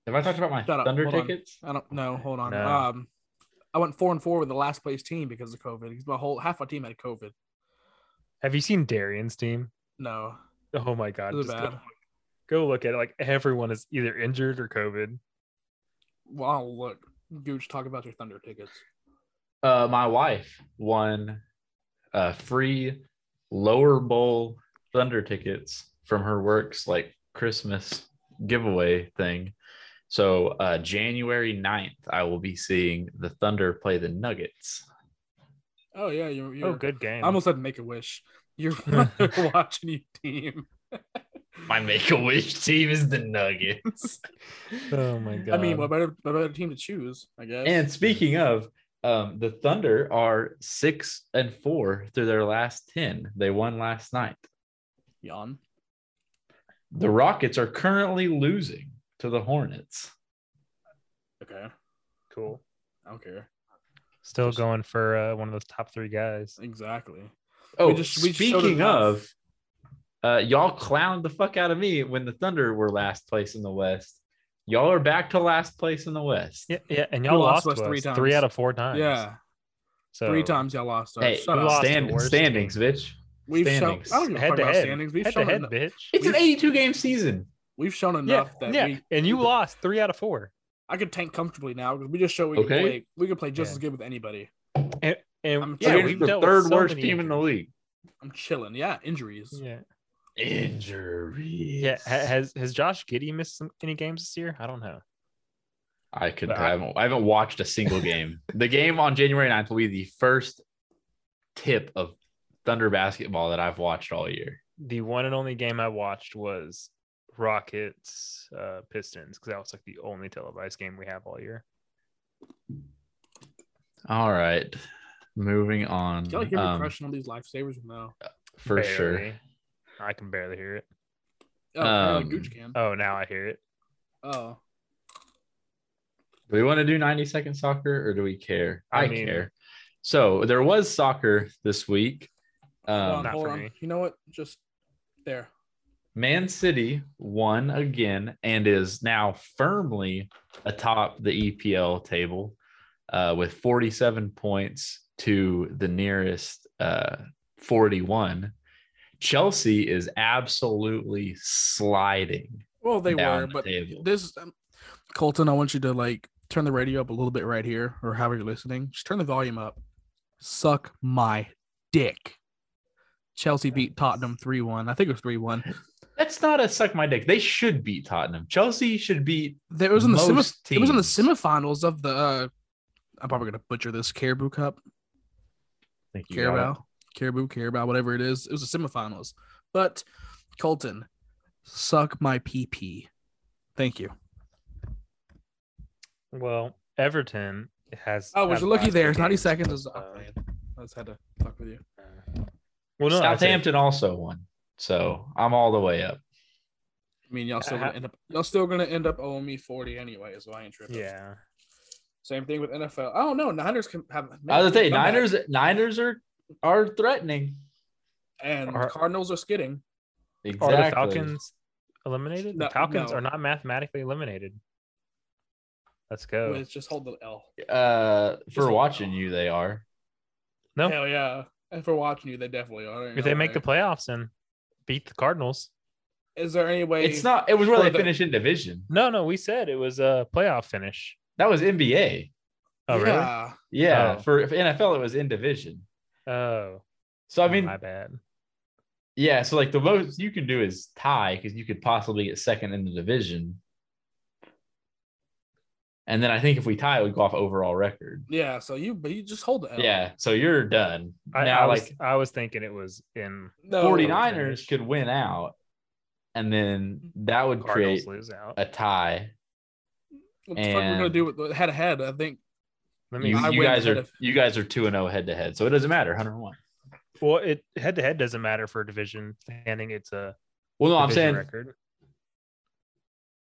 B: Have I talked about my
C: Shut up,
B: Thunder
C: hold on.
B: tickets?
C: I don't know. Hold on.
A: No.
C: Um, I went four and four with the last place team because of COVID. Because my whole half my team had COVID.
A: Have you seen Darian's team?
C: No,
A: Oh my god,
C: it was
A: just go,
C: bad.
A: go look at it. Like everyone is either injured or COVID.
C: Well, I'll look, Gooch, talk about your Thunder tickets.
B: Uh, my wife won uh, free lower bowl Thunder tickets from her works like Christmas giveaway thing. So uh, January 9th, I will be seeing the Thunder play the Nuggets.
C: Oh yeah, you're. you're
A: Oh, good game.
C: I almost said Make a Wish. You're watching your team.
B: My make a wish team is the Nuggets.
A: Oh my god.
C: I mean, what better, what better team to choose? I guess.
B: And speaking of, um, the Thunder are six and four through their last 10. They won last night.
C: Jan.
B: The Rockets are currently losing to the Hornets.
C: Okay.
A: Cool.
C: I don't care.
A: Still
B: Just-
A: going for uh, one of those top three guys.
C: Exactly.
B: Oh,
C: just- we just showed
B: speaking
C: enough.
B: of, uh, y'all clowned the fuck out of me when the Thunder were last place in the West. Y'all are back to last place in the West.
A: Yeah, yeah. And y'all
C: lost
A: lost,
C: to us
A: three
C: three
A: times.
C: times.
A: Three out of four times.
C: Yeah.
A: So
C: Three times y'all lost. Us.
B: Hey,
C: Shut
A: we
C: up.
A: lost to
B: stand,
A: the worst
B: standings, bitch.
C: We've shown.
B: standings.
C: I don't give a
A: head
C: fuck
A: to
C: about
A: head.
C: standings. We've
A: Head to
C: shown.
A: head,
C: enough-
A: bitch.
B: It's an 82 game season.
C: We've shown
A: Yeah,
C: enough that
A: yeah.
C: we.
A: and you
C: we-
A: lost three out of four.
C: I could tank comfortably now because we just showed we could
B: Okay.
C: play. We could play just
A: Yeah.
C: as good with anybody.
A: And
C: I'm
A: yeah,
C: telling you,
A: we've
B: the
A: dealt with
B: third
A: so
B: worst
A: many
B: team in the
A: injuries.
B: league.
C: I'm chilling. Yeah, injuries.
A: Yeah.
B: Injuries.
A: Yeah, ha- has has Josh Giddy missed some, any games this year? I don't know.
B: I could.
A: But
B: I
A: I-
B: haven't. I haven't watched a single game. the game on January 9th will be the first tip of Thunder basketball that I've watched all year.
A: The one and only game I watched was Rockets uh, Pistons because that was like the only televised game we have all year.
B: All right, moving on.
C: Y'all hear me
B: Um,
C: crushing on these lifesavers? No.
B: for sure.
A: Barely. I can barely hear it.
C: Oh, apparently
B: um,
C: Gooch can.
A: Oh, now I hear it.
C: Oh,
B: Do we want to do 90 second soccer or do we care? I,
A: I mean-
B: care. So there was soccer this week.
C: hold on,
B: Um,
A: not
C: hold
A: for
C: on.
A: me.
C: You know what? Just there.
B: Man City won again and is now firmly atop the EPL table uh, with 47 points to the nearest uh, 41. Chelsea is absolutely sliding.
C: Well, they
B: down
C: were,
B: the
C: but
B: table.
C: this um, Colton, I want you to like turn the radio up a little bit right here, or however you're listening. Just turn the volume up. Suck my dick. Chelsea beat Tottenham three one. I think it was three one.
B: That's not a suck my dick. They should beat Tottenham. Chelsea should beat
C: It was in the semi-
B: Most
C: It was in the
B: teams.
C: semifinals of the. Uh, I'm probably gonna butcher this Caribou Cup,
B: Thank you. got it.
C: Carabao, Caribou, Carabao, whatever it is. It was the semifinals, but Colton, suck my PP. Thank you.
A: Well, Everton has.
C: Oh, was
A: have
C: you lucky
A: lost
C: there?
A: their
C: 90
A: games.
C: seconds is.
A: Uh,
C: I just had to talk with you.
A: Well, no, I said-
B: Southampton also won. So I'm all the way up.
C: I mean, y'all still
A: Uh,
C: gonna end up. Y'all still gonna end up owing me forty anyway, so I ain't tripping.
A: Yeah,
C: Same thing with NFL. Oh no, Niners can have.
B: I was gonna say
C: come back.
B: Niners. Niners are are threatening.
C: and
A: are-
C: Cardinals are skidding.
B: Exactly.
A: are the Falcons eliminated?
C: No,
A: the Falcons
C: no.
A: are not mathematically eliminated. Let's
B: Oh.
A: go.
C: Let's just hold the L.
B: Uh,
C: Just
B: for
C: like-
B: watching you, they are.
A: No.
C: Hell yeah! If we're watching you, they definitely are.
A: if they make the playoffs and beat the Cardinals.
C: is there any way?
B: It's not. It was where
C: for
B: they
C: the-
B: finished in division.
A: No, no, we said it was a playoff finish.
B: That was NBA.
A: Oh,
C: yeah.
B: Yeah,
A: Oh.
B: for, for NFL, it was in division.
A: really? Oh,
B: So I
A: oh,
B: mean,
A: my bad.
B: yeah. So like the most you can do is tie because you could possibly get second in the division. And then I think if we tie, it would go off overall record.
C: Yeah. So you, but you just hold the L.
B: Yeah. So you're done.
A: Oh. I,
B: now,
A: I
B: like
A: was, I was thinking it was in
C: No.
B: 49ers could win out, and then that would
A: Cardinals
B: create
A: lose out.
B: a tie.
C: What the fuck we're gonna
B: and-
C: do with head to head? I think.
A: Let me.
B: You,
C: I
B: you
C: win
B: guys
C: head
B: are
C: of-
B: you guys are two and zero head to head, so it doesn't matter. Hundred one.
A: well, it head to head doesn't matter for a division standing. It's a
B: Well, no, I'm
A: division
B: saying
A: record.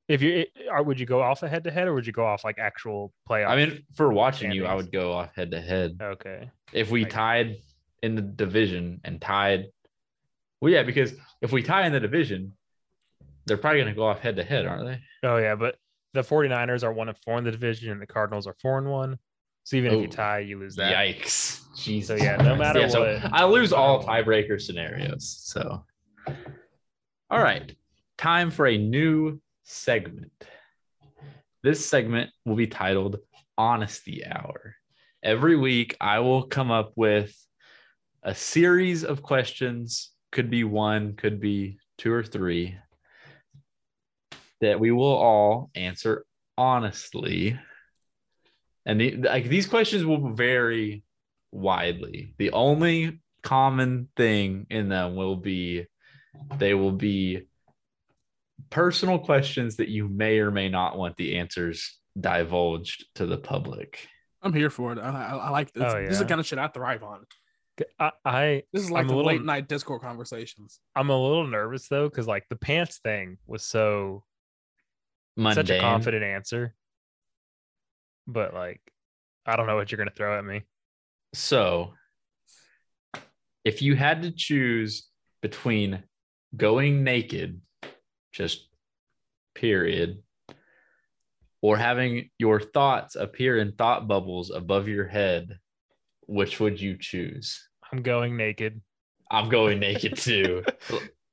A: If you it, are, would you go off a head to head or would you go off like actual playoff?
B: I mean for watching you, I
A: Standings.
B: would go off head to head.
A: okay,
B: If we
A: Right.
B: tied in the division and tied, well, yeah, because if we tie in the division, they're probably going to go off head to head, aren't they?
A: oh yeah, but the 49ers are one and four in the division, and the Cardinals are four and one. So even if
B: Ooh.
A: you tie, you lose that.
B: Yikes! Jesus.
A: yeah, no
B: Christ.
A: matter
B: so
A: what-
B: I lose
A: no matter
B: all
A: what.
B: tiebreaker scenarios. So, all right, time for a new segment. This segment will be titled "Honesty Hour." Every week, I will come up with a series of questions. Could be one, could be two or three. That we will all answer honestly. And the, like these questions will vary widely. The only common thing in them will be they will be personal questions that you may or may not want the answers divulged to the public.
C: I'm here for it. I, I, I like this.
A: Oh,
C: This is the
A: yeah.
C: kind of shit I thrive on.
A: I, I
C: This is like
A: I'm a
C: the
A: little-
C: late night Discord conversations.
A: I'm a little nervous though because like the pants thing was so
B: Mundane.
A: such a confident answer, but like I don't know what you're gonna throw at me.
B: So, if you had to choose between going naked, just period, or having your thoughts appear in thought bubbles above your head, which would you choose?
A: I'm going naked.
B: I'm going naked too.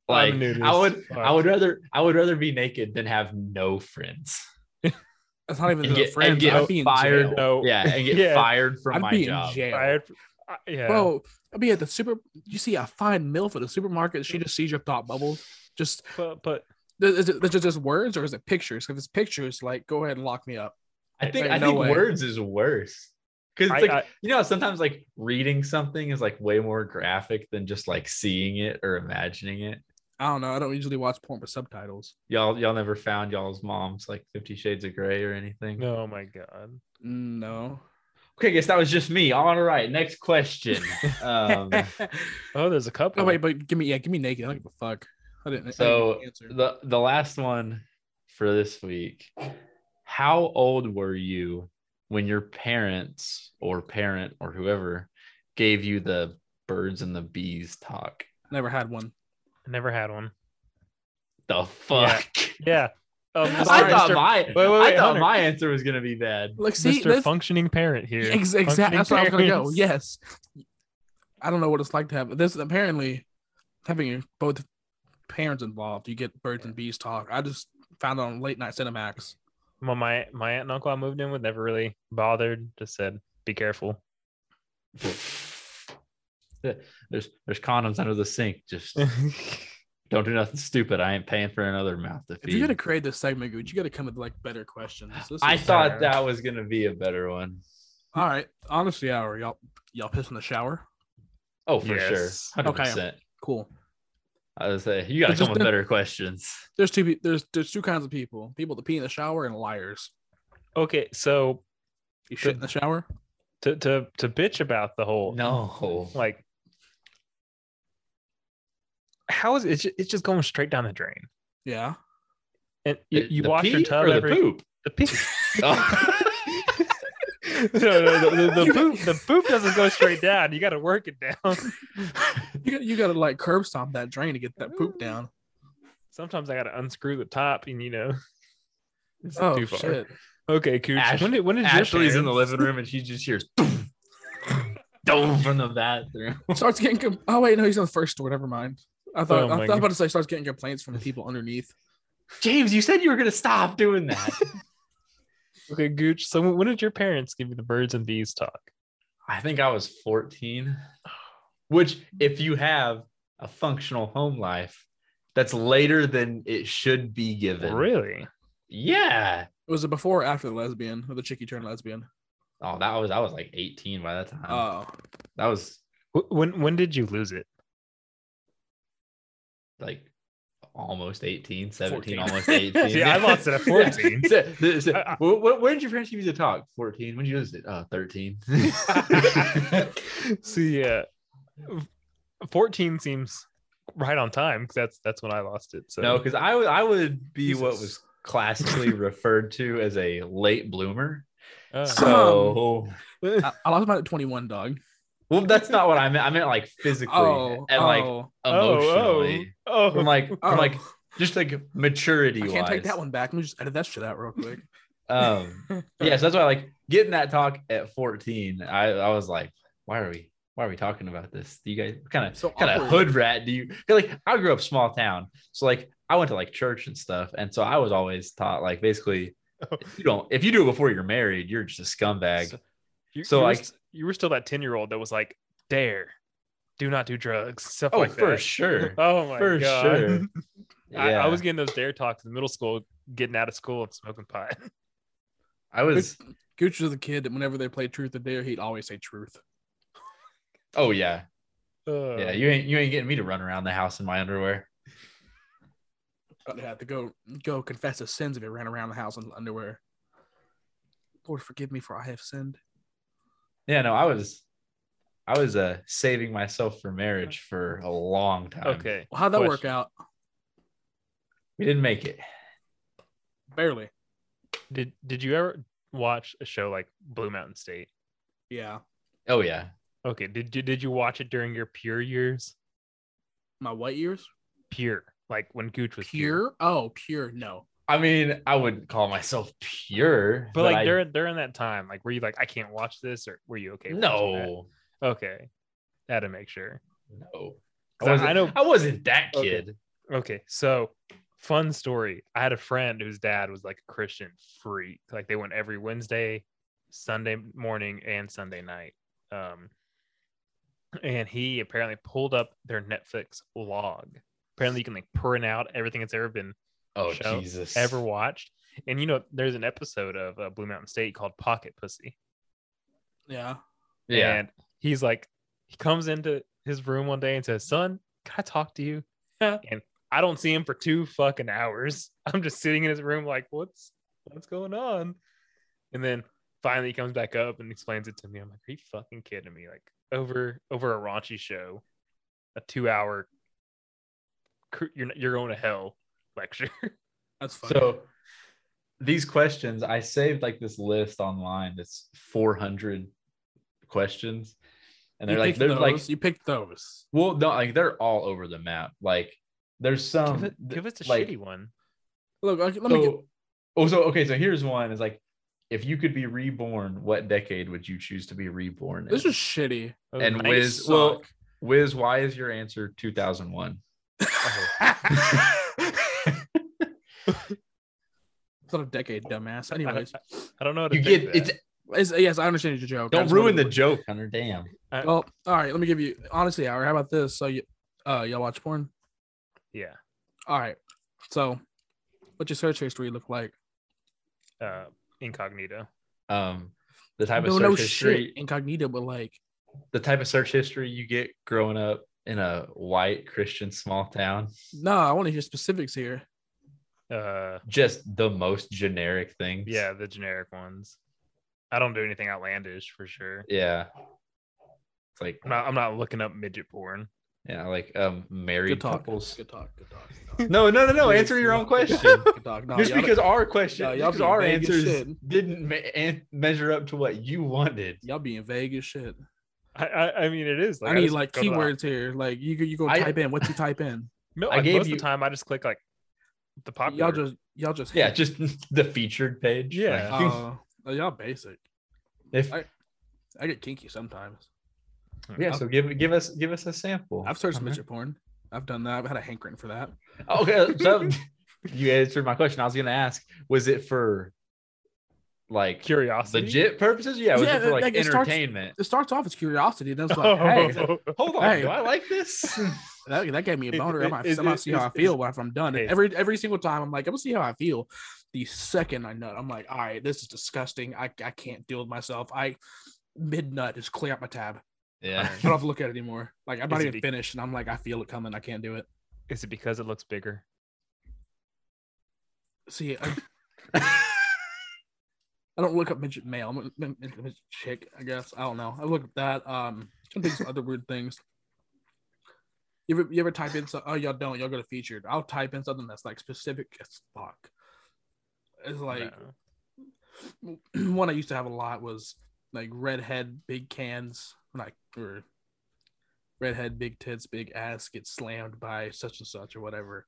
B: Like
A: I'm nudist.
B: I would, I
A: Fuck.
B: would rather, I would rather be naked than have no friends.
C: That's not even
B: And
C: the
B: get-
C: friends.
B: and get
C: I'd be in
B: fired
C: jail.
A: No,
B: Yeah, and get
A: Yeah.
B: fired from
C: I'd
B: my
C: be
B: job.
C: in jail.
A: Fired for- I- yeah.
C: Bro, I'd be at the super. You see a fine milf at the supermarket. She just sees your thought bubbles. Just
A: but but
C: th- is it, is it just words or is it pictures? If it's pictures, like go ahead and lock me up.
B: I think
C: Ain't
B: I
C: no
B: think
C: way.
B: words is worse because
A: I,
B: like
A: I-
B: you know how sometimes like reading something is like way more graphic than just like seeing it or imagining it.
C: I don't know. I don't usually watch porn with subtitles.
B: Y'all y'all never found y'all's mom's like Fifty Shades of Grey or anything.
A: oh my god.
B: Mm,
C: No.
B: Okay, I guess that was just me. All right, next question. um,
A: Oh, there's a couple.
C: Oh wait, but give me yeah, give me naked. I don't give a fuck. I didn't. I didn't
B: So,
C: even answer.
B: the the last one for this week. How old were you when your parents or parent or whoever gave you the birds and the bees talk?
C: never had one.
A: I never had one.
B: The fuck.
A: Yeah. Um,
C: I
A: sorry,
B: I thought
A: Mr.
B: my
A: wait,
B: I
A: wait,
B: thought
A: Hunter.
B: my answer was gonna be bad.
C: Like see,
A: Mr.
C: that's,
A: Functioning Parent here.
C: ex- exactly. That's where I was gonna
A: Functioning
C: go.
A: parents.
C: Yes. I don't know what it's like to have this. Apparently, having your both parents involved, you get birds and bees talk. I just found it on late night Cinemax.
A: Well, my my aunt and uncle I moved in with never really bothered. Just said, "Be careful."
B: There's there's condoms under the sink. Just don't do nothing stupid. I ain't paying for another mouth to
C: If you're
B: feed.
C: gonna create this segment, Gooch, you gotta come with like better questions. This
B: I
C: is-
B: thought that was gonna be a better one.
C: All right, honestly, hour y'all y'all piss in the shower.
B: Oh, for
A: Yes.
B: sure, hundred percent.
C: Cool.
B: I would say you gotta
C: It's
B: come
C: just
B: with
C: been-
B: better questions.
C: There's two. pe- There's there's two kinds of people: people that pee in the shower and liars.
A: okay, so
C: You shit in the shower.
A: to to to bitch about the whole
B: No,
A: like, how is it? It's just, it's just going straight down the drain.
C: Yeah.
A: And you,
B: The-
A: you
B: the
A: wash your
B: pee
A: tub
B: or
A: every
B: the poop.
A: the pee.
B: Oh.
A: no, no, the, the, the poop the poop doesn't go straight down. You got to work it down.
C: You got you got to like curb stomp that drain to get that poop
A: Mm.
C: down.
A: Sometimes I got to unscrew the top, and you know. It's
C: Oh
A: too far.
C: shit!
A: Okay, Cooch.
B: Ash-
A: when did when did your
B: Ashley's in the
A: parents-
B: living room and she just hears "Dum, dum" from the bathroom.
C: Starts getting. Com- oh wait, no, he's on the first store. Never mind. I thought
A: Oh,
C: I
A: my
C: thought about to say starts getting complaints from people underneath.
B: James, you said you were gonna stop doing that.
A: Okay, Gooch. So when when did your parents give you the birds and bees talk?
B: I think I was 14. Which, if you have a functional home life, that's later than it should be given.
A: Really?
B: Yeah.
C: Was it before or after the lesbian or the chicky turned lesbian?
B: Oh, that was I was like 18 by that time.
C: Oh,
B: that was
A: Wh- When when did you lose it?
B: like almost 18, 17,
C: 14.
B: almost 18.
A: See, I lost it at 14.
B: So- so- so-
A: I- I-
B: wh- wh- when did your parents give you the talk? 14. When did you lose it? Uh, 13.
A: See, yeah, fourteen seems right on time because that's that's when I lost it. So
B: no, because I would I would be what
C: Jesus.
B: was classically referred to as a late bloomer. Oh.
A: Uh,
B: So Uh,
C: I, I lost mine at 21, dog.
B: Well, that's not what I meant. I meant like physically
C: Oh,
B: and
C: oh,
B: like
A: oh,
B: emotionally.
A: oh, oh.
B: From like
C: oh.
B: from like just like maturity
C: I
B: wise.
C: can't take that one back. Let me just edit that shit out real quick.
B: Um yeah, so that's why like getting that talk at 14, I, I was like, why are we why are we talking about this? Do you guys kind of
C: So
B: kind of
C: awkward.
B: hood rat do you 'cause, like I grew up small town. So like I went to like church and stuff, and so I was always taught like basically
C: Oh.
B: if you don't if you do it before you're married, you're just a scumbag.
A: So, you,
B: so
A: you
B: I-
A: were, st- you were still that ten year old that was like, dare, do not do drugs, stuff
B: oh,
A: like
B: for
A: that.
B: sure.
A: Oh my
B: for
A: god.
B: sure.
A: I, I
B: Yeah.
A: was getting those dare talks in middle school, getting out of school and smoking pot.
B: I was
C: Gooch was the kid that whenever they played Truth or Dare, he'd always say truth.
B: oh yeah.
A: Uh,
B: Yeah, you ain't you ain't getting me to run around the house in my underwear.
C: But they had to go go confess his sins if he ran around the house in underwear. Lord, forgive me for I have sinned.
B: Yeah, no, I was I was uh saving myself for marriage for a long time.
A: Okay.
C: How'd that work
A: Question.
C: out?
B: We didn't make it.
C: Barely.
A: Did Did you ever watch a show like Blue Mountain State?
C: Yeah.
B: Oh yeah.
A: Okay. Did you Did you watch it during your pure years?
C: My what years?
A: Pure, like when Gooch was pure.
C: Pure? Oh, pure. No.
B: I mean, I wouldn't call myself pure,
A: But, like
B: I-
A: during during that time, like were you like I can't watch this, or were you okay? watching that?
B: no,
A: Okay. Had to make sure.
B: no.
A: 'Cause I-
B: wasn't-
A: I know.
B: I wasn't that
A: Okay.
B: kid.
A: Okay, so fun story. I had a friend whose dad was like a Christian freak. Like they went every Wednesday, Sunday morning, and Sunday night. Um, and he apparently pulled up their Netflix log. Apparently, you can like print out everything that's ever been
B: Oh
A: Show
B: Jesus!
A: ever watched. And you know, there's an episode of uh, Blue Mountain State called Pocket Pussy.
C: Yeah.
B: Yeah.
A: And he's like, he comes into his room one day and says, Son, can I talk to you?
C: Yeah.
A: And I don't see him for two fucking hours. I'm just sitting in his room like, what's what's going on? And then finally he comes back up and explains it to me. I'm like, Are you fucking kidding me? Like over over a raunchy show, a two hour cr- you're you're going to hell lecture.
C: That's fine.
B: So these questions, I saved like this list online. It's 400 questions, and
C: you
B: they're like
C: picked
B: they're
C: those.
B: like
C: you picked those.
B: well, no, like they're all over the map. Like there's some.
A: give, it,
B: Um, th-
A: give us a
B: like,
A: shitty one.
C: Look, okay, let me
B: so,
C: get
B: oh, so okay. So here's one. Is like, if you could be reborn, what decade would you choose to be reborn?
C: this
B: in?
C: is shitty.
A: Oh,
B: and
A: nice.
B: Wiz. Well, Wiz, why is your answer 2001?
A: Oh,
C: It's not a decade, dumbass. Anyways,
A: I don't know. How to
B: you
A: take
B: get
A: that.
B: it's.
C: It's- yes, I understand your joke. I
B: Don't
C: just wanted
B: ruin
C: to-
B: the joke, Hunter. Damn.
C: Well, all right. Let me give you honestly hour. How about this? So you, uh, y'all watch porn.
A: yeah.
C: All right. So, what's your search history look like?
A: Uh, incognito.
B: Um, the type of
C: no,
B: search
C: no
B: history.
C: shit, incognito, but like,
B: the type of search history you get growing up in a white Christian small town.
C: no, I want to hear specifics here.
A: Uh,
B: Just the most generic things.
A: yeah, the generic ones. I don't do anything outlandish for sure.
B: Yeah. It's like
A: I'm not. I'm not looking up midget porn.
B: yeah, like um
C: Good
B: married
C: talk.
B: couples.
C: Good talk. Good talk. Good talk.
B: No, no, no, no.
C: Good
B: Answer your own
C: talk, good talk,
B: question.
C: Good talk. No,
B: Just
C: y'all-
B: because our question,
C: No,
B: just
C: y'all
B: because
C: be
B: our
C: vague as
B: answers
C: shit.
B: didn't ma- an- measure up to what you wanted.
C: y'all being vague as shit.
A: I. I, I mean, it is.
C: I need
A: just
C: like
A: go to the-
C: keywords here. Like you, go- you go
B: I-
C: type in what you type in.
A: No,
B: I
A: like,
B: gave
A: most
B: you-
A: of the time I just click like the popular.
C: Y'all just, y'all just,
B: Yeah, just the featured page.
A: Yeah.
B: Like,
C: Uh, y'all basic.
B: if
C: I- I get kinky sometimes.
B: yeah, so give give us give us a sample.
C: I've searched
B: Hunter.
C: midget porn. I've done that. I've had a hankering for that.
B: Okay, so you answered my question. I was gonna ask, was it for like
A: curiosity.
B: legit purposes? Yeah, was
C: Yeah,
B: it for like,
C: like, it starts-
B: entertainment?
C: It starts off as curiosity. Then it's
A: Oh,
C: like, hey,
B: Hold on,
C: Hey.
B: do I like this?
C: that, that gave me a
A: It-
C: boner.
A: it-
C: I might,
A: it-
C: I might
A: it-
C: see how I
A: it's-
C: feel if I'm done.
A: Hey.
C: Every every single time, I'm like, I'm gonna see how I feel. The second I nut, I'm like, all right, this is disgusting. I, I can't deal with myself. I mid nut just clear out my tab. I
B: yeah.
C: don't have to look at it anymore. Like I'm not
A: Is it
C: even
A: be-
C: finished, and I'm like, I feel it coming. I can't do it.
A: is it because it looks bigger?
C: See, I, I don't look up midget male. I'm a mid- mid- midget chick, I guess. I don't know. I look at that. Um, trying to think of some other weird things. You ever, you ever type in something? Oh, y'all don't. Y'all go to featured. I'll type in something that's like specific as fuck. It's like
A: No.
C: one I used to have a lot was like redhead, big cans, like or redhead, big tits, big ass gets slammed by such and such or whatever.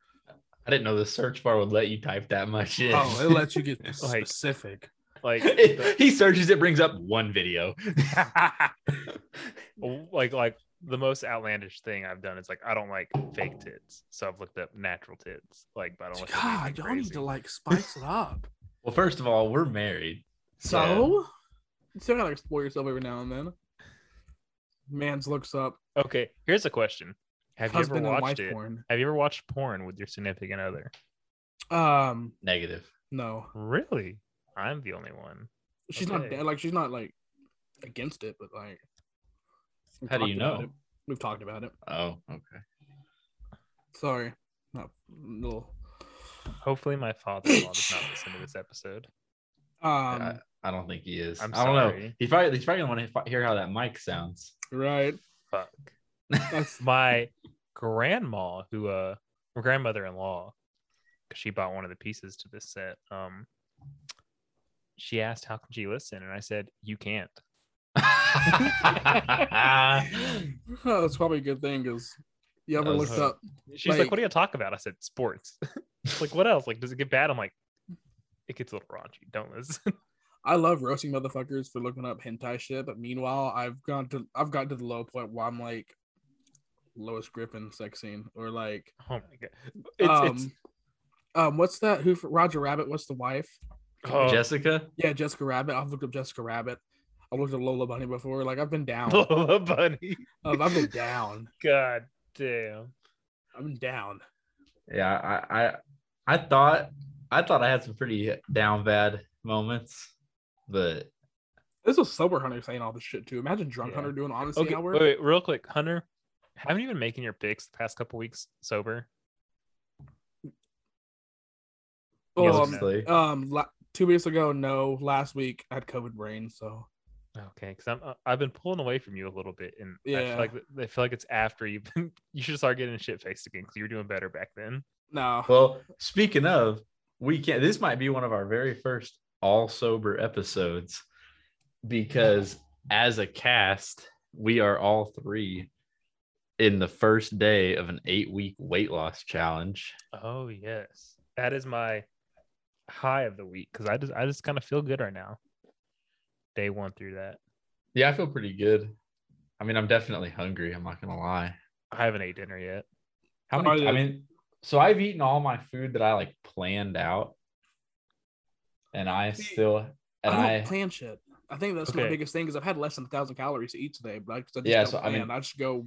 B: I didn't know the search bar would let you type that much in.
C: Oh, it lets you get
A: Like-
C: specific.
A: like the-
B: he searches, it brings up one video.
A: like like the most outlandish thing I've done is like I don't like fake tits, so I've looked up natural tits. Like, but I don't. look up
C: God,
A: anything
C: y'all need
A: crazy.
C: to like spice it up.
B: well, first of all, we're married.
C: So you still gotta explore yourself every now and then. Man's looks up
A: Okay, here's a question: Have you ever
C: husband and wife
A: watched it?
C: porn.
A: Have you ever watched porn with your significant other?
C: Um,
B: negative.
C: no,
A: Really? I'm the only one.
C: she's not
A: Okay.
C: dead. Like she's not like against it, but like. we've
B: How do
C: talked
B: you
C: about
B: know?
C: it. We've talked about it.
B: Oh, okay.
C: Sorry, not little.
A: Hopefully, my father-in-law does not listen to this episode.
C: Um,
B: I, I don't think he is. I'm
A: I'm
B: I do not know.
A: sorry.
B: He's probably he's probably gonna want to hear how that mic sounds.
C: right.
A: Fuck.
C: That's
A: My grandma, who uh, my grandmother-in-law, 'cause she bought one of the pieces to this set. Um, she asked, "How can she listen?" And I said, "You can't."
C: oh, that's probably a good thing because you ever
B: That
C: looked
B: was-
C: up.
A: She's like,
C: Like-
A: "What do you talk about?" I said, "Sports." She's like, "What else? Like, does it get bad?" I'm like, "It gets a little raunchy. Don't listen."
C: I love roasting motherfuckers for looking up hentai shit, but meanwhile, I've gone to I've gotten to the low point where I'm like Lois Griffin sex scene or like
A: oh my god. It's,
C: um,
A: it's
C: um what's that who Roger Rabbit? What's the wife?
A: oh,
B: Jessica,
C: Yeah, Jessica Rabbit. I've looked up Jessica Rabbit. I've looked at Lola Bunny before. Like I've been down.
A: Lola Bunny.
C: I've I've been down.
A: God damn.
C: I've been down.
B: yeah, I, I I thought I thought I had some pretty down bad moments, but
C: This was sober Hunter saying all this shit too. Imagine drunk
A: Yeah.
C: Hunter doing honesty
A: Okay,
C: hour.
A: wait, wait, real quick, Hunter. Haven't you been making your picks the past couple weeks sober?
C: Oh,
A: Yeah,
C: um,
A: let's
B: honestly,
C: um, la- two weeks ago, no. Last week I had COVID brain, so
A: Okay, because I'm uh, I've been pulling away from you a little bit, and I
C: Yeah.
A: feel like I feel like it's after you've been. You should start getting shit faced again because you were doing better back then.
C: no.
B: well, speaking of, we can this might be one of our very first all sober episodes because as a cast, we are all three in the first day of an eight week weight loss challenge.
A: Oh yes, that is my high of the week because I just I just kind of feel good right now. Day one through that,
B: Yeah, I feel pretty good. I mean, I'm definitely hungry. I'm not gonna lie.
A: I haven't ate dinner yet.
B: How
C: Oh,
B: many?
C: yeah.
B: I mean, so I've eaten all my food that I like planned out, and I
C: See,
B: still and
C: I
B: I,
C: don't plan shit. I think that's my
A: Okay.
C: biggest thing because I've had less than a thousand calories to eat today. But like, 'cause I just
B: Yeah,
C: don't
B: so, I
C: plan. I,
B: mean-
C: just go.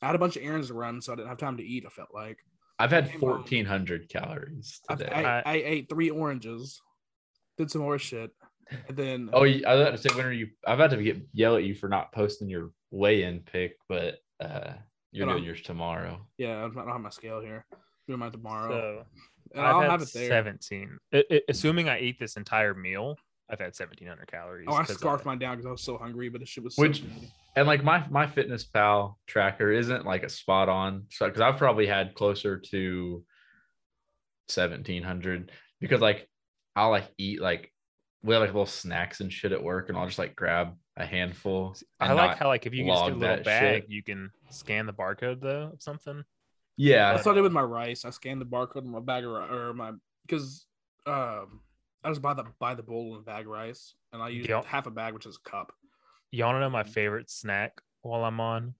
C: I had a bunch of errands to run, so I didn't have time to eat. I felt like
B: I've had
C: Hey, Mom.
B: 1,400 calories
C: I,
B: today.
A: I-
C: I, I ate three oranges, did some more shit, and then
B: oh, you- I was about to say when are you? I've had to get yell at you for not posting your weigh-in pick, but uh you're
C: Hold
B: doing
C: on.
B: yours tomorrow.
C: yeah, I don't have my scale here. Doing mine tomorrow,
A: So
C: and
A: I've
C: I'll
A: had
C: have it there.
A: seventeen. I- I- assuming I ate this entire meal, I've had seventeen hundred calories.
C: Oh, I
A: 'cause
C: scarfed mine down because I was so hungry, but the shit was so
B: Which-
C: good.
B: And like my my Fitness Pal tracker isn't like a spot on, so because I've probably had closer to 1,700 because like I'll like eat like we have like little snacks and shit at work, and I'll just like grab a handful.
A: I
B: and
A: like
B: not-
A: how like if you just do a
B: log
A: little
B: that
A: bag,
B: shit.
A: you can scan the barcode though of something.
B: yeah.
C: That's what I did with my rice. I scanned the barcode on my bag of ri- or my because um I just buy the buy the bowl and bag of rice, and I used
A: Yep.
C: half a bag, which is a cup.
A: Y'all wanna know my favorite snack while I'm on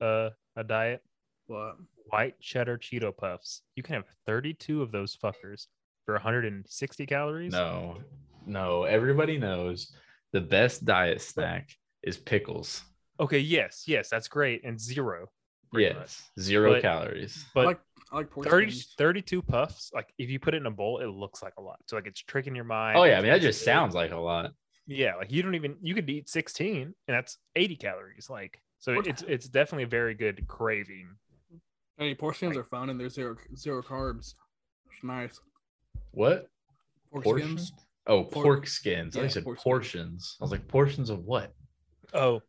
A: uh, a diet?
C: But
A: White cheddar Cheeto puffs. You can have 32 of those fuckers for 160 calories.
B: No, no. Everybody knows the best diet snack is pickles.
A: Okay, yes, yes, that's great. And zero. pretty
B: Yes,
A: much.
B: zero
A: But-
B: calories.
A: But
C: like- I like pork
A: 30,
C: skins.
A: 32 puffs, like if you put it in a bowl, it looks like a lot. So like it's tricking your mind.
B: Oh yeah, I mean that just sounds like a lot.
A: Yeah, like you don't even you could eat 16 and that's 80 calories. Like so
C: What-
A: it's it's definitely a very good craving.
C: Hey, pork skins are fun and they're zero zero carbs. It's nice.
B: What
C: Pork skins.
B: Oh,
C: Por-
B: pork, skins. I
C: yeah,
B: think you said
C: pork skins.
B: portions. I was like, portions of what?
A: Oh.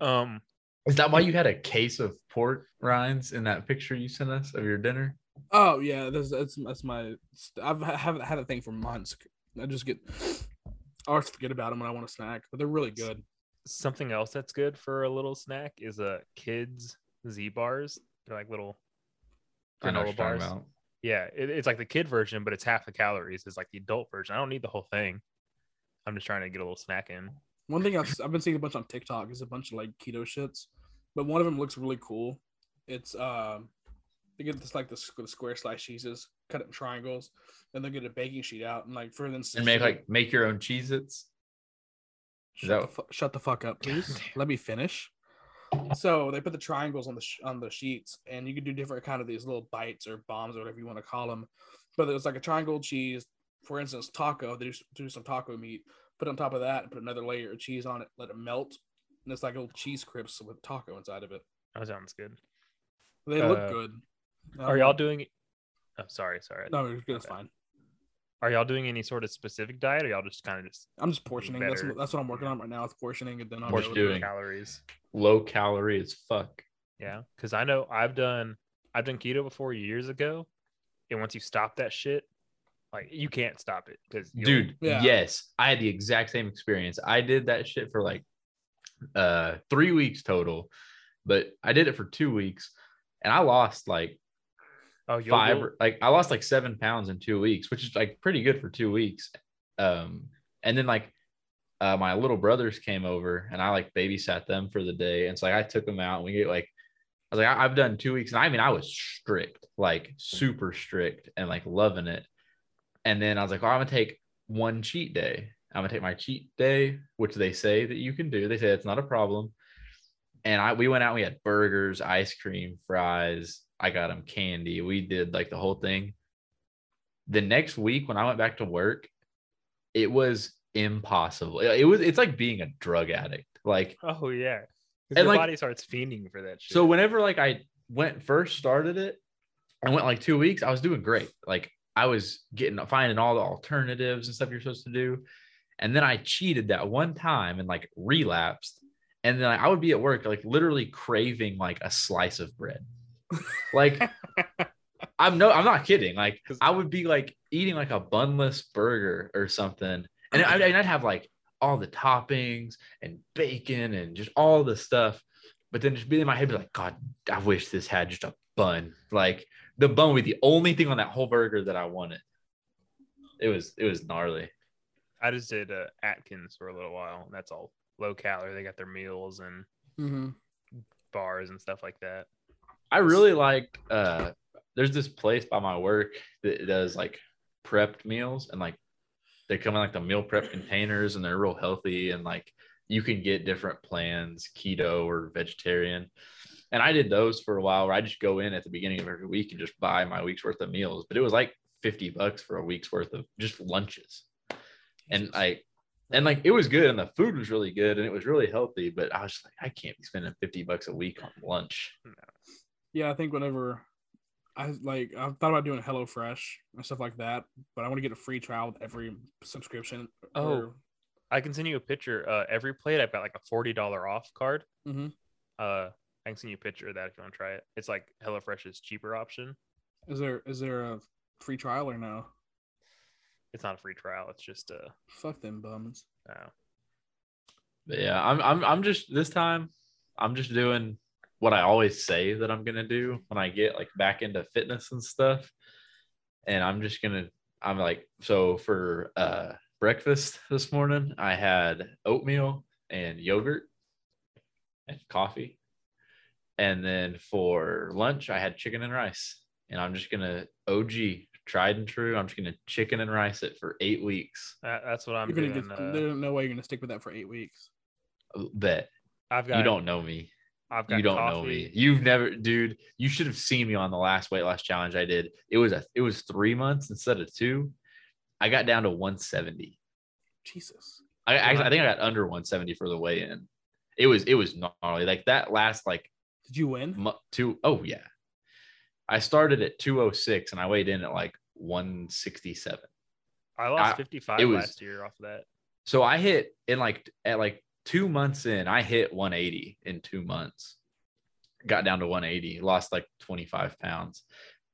A: Um
B: Is that why you had a case of pork rinds in that picture you sent us of your dinner?
C: Oh yeah, that's that's that's my. I've I haven't had a thing for months. I just get. I always forget about them when I want a snack, but they're really good.
A: something else that's good for a little snack is uh kids z bars they're like little
B: I
A: Granola
B: know what you're talking
A: bars.
B: about.
A: yeah it- it's like the kid version but it's half the calories it's like the adult version i don't need the whole thing i'm just trying to get a little snack in
C: One thing I've, I've been seeing a bunch on TikTok is a bunch of like keto shits, but one of them looks really cool. It's um, they get this like the, squ- the square slice cheeses, cut it in triangles, and they get a baking sheet out and like for instance,
B: And make like make your own Cheez Its.
C: shut,
B: that-
C: the fu- shut the fuck up, please. Let me finish. So they put the triangles on the sh- on the sheets, and you can do different kind of these little bites or bombs or whatever you want to call them. But there's like a triangle cheese, for instance, taco. They just do some taco meat, put it on top of that, and put another layer of cheese on it, let it melt, and it's like little cheese crisps with taco inside of it.
A: that sounds good
C: They look
A: Uh,
C: good. Um,
A: are y'all doing oh sorry sorry
C: No, it's good, it's fine.
A: Are y'all doing any sort of specific diet, or y'all just kind of just
C: I'm just portioning. That's
A: better.
C: that's what I'm working on right now. It's portioning and then I'll be
B: Portion
C: able to-
B: doing.
A: calories?
B: Low calorie as fuck.
A: Yeah, because I know I've done I've done keto before years ago, and once you stop that shit, like you can't stop it because
B: Dude,
C: Yeah.
B: yes. I had the exact same experience. I did that shit for like uh three weeks total, but I did it for two weeks and I lost like
A: oh you'll,
B: five
A: you'll-
B: or- like I lost like seven pounds in two weeks, which is like pretty good for two weeks. Um and then like uh my little brothers came over and I like babysat them for the day. And so like I took them out and we get like I was like, I- I've done two weeks. And I mean I was strict, like super strict and like loving it. And then I was like, well, I'm gonna take one cheat day. I'm gonna take my cheat day, which they say that you can do. They say that's not a problem. And I we went out, and we had burgers, ice cream, fries. I got them candy. We did like the whole thing. The next week when I went back to work, it was impossible. It it was it's like being a drug addict. Like
A: oh yeah, 'Cause
B: And,
A: your
B: like-
A: body starts fiending for that shit.
B: so whenever like I went first started it, I went like two weeks. I was doing great. Like I was getting finding all the alternatives and stuff you're supposed to do. And then I cheated that one time and like relapsed. And then I would be at work like literally craving like a slice of bread. Like I'm no, I'm not kidding. Like
A: 'Cause-
B: I would be like eating like a bunless burger or something, and I, and I'd have like all the toppings and bacon and just all the stuff. But then just be in my head, be like, God, I wish this had just a bun. Like the bun would be the only thing on that whole burger that I wanted. It was it was gnarly.
A: I just did uh, Atkins for a little while, and that's all low calorie. They got their meals and
C: Mhm.
A: bars and stuff like that.
B: I really liked uh there's this place by my work that does like prepped meals and like they come in like the meal prep containers and they're real healthy and like you can get different plans, keto or vegetarian. And I did those for a while where I just go in at the beginning of every week and just buy my week's worth of meals, but it was like 50 bucks for a week's worth of just lunches. And like and like it was good and the food was really good and it was really healthy, but I was just like, I can't be spending 50 bucks a week on lunch.
C: Yeah, I think whenever I like I've thought about doing HelloFresh and stuff like that, but I want to get a free trial with every subscription.
A: Oh. I can send you a picture. Uh, every plate, I've got like a forty dollar off card.
B: Mm-hmm.
C: Mhm.
A: Uh, I can send you a picture of that if you want to try it. It's like HelloFresh's cheaper option.
C: is there is there a free trial or no?
A: It's not a free trial. It's just uh,
C: Fuck them bums.
A: uh
B: But yeah, I'm I'm I'm just this time I'm just doing what I always say that I'm gonna do when I get like back into fitness and stuff. And I'm just gonna I'm like so for uh breakfast this morning I had oatmeal and yogurt and coffee. And then for lunch I had chicken and rice. And I'm just gonna OG tried and true. I'm just gonna chicken and rice it for eight weeks.
A: that, that's what I'm
C: You're
A: doing.
C: gonna get,
A: uh,
C: there's no way you're gonna stick with that for eight weeks.
B: Bet
A: I've got
B: you don't know me.
A: I've got
B: you don't know
A: coffee.
B: me. You've never, dude. You should have seen me on the last weight loss challenge I did. It was a, it was three months instead of two. I got down to 170.
C: Jesus.
B: I actually, I think I got under 170 for the weigh in. It was, it was gnarly. Like that last like
C: Did you win?
B: mu- two, oh yeah. I started at 206 and I weighed in at like 167.
A: I lost
B: I-
A: fifty five
B: it was-
A: last year off of that.
B: So I hit in like at like two months in, I hit 180 in two months. Got down to 180, lost like 25 pounds.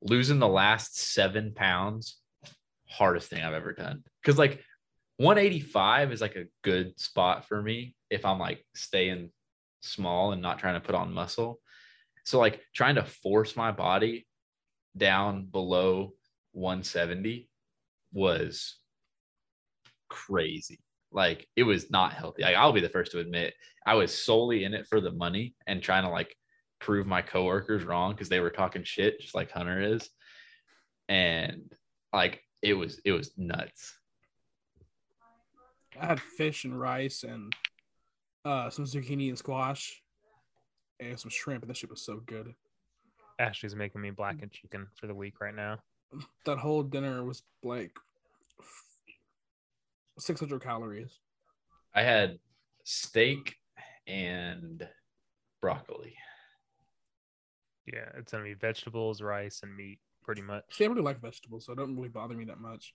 B: Losing the last seven pounds, hardest thing I've ever done. Cause like 185 is like a good spot for me if I'm like staying small and not trying to put on muscle. So like trying to force my body down below 170 was crazy. Like it was not healthy. Like I'll be the first to admit, I was solely in it for the money and trying to like prove my coworkers wrong because they were talking shit, just like Hunter is. And like it was, it was nuts.
C: I had fish and rice and uh some zucchini and squash and some shrimp, and that shit was so good.
A: Ashley's making me blackened chicken for the week right now.
C: That whole dinner was like six hundred calories.
B: I had steak and broccoli.
A: Yeah, it's gonna be vegetables, rice, and meat, pretty much.
C: See, I really like vegetables, so it don't really bother me that much.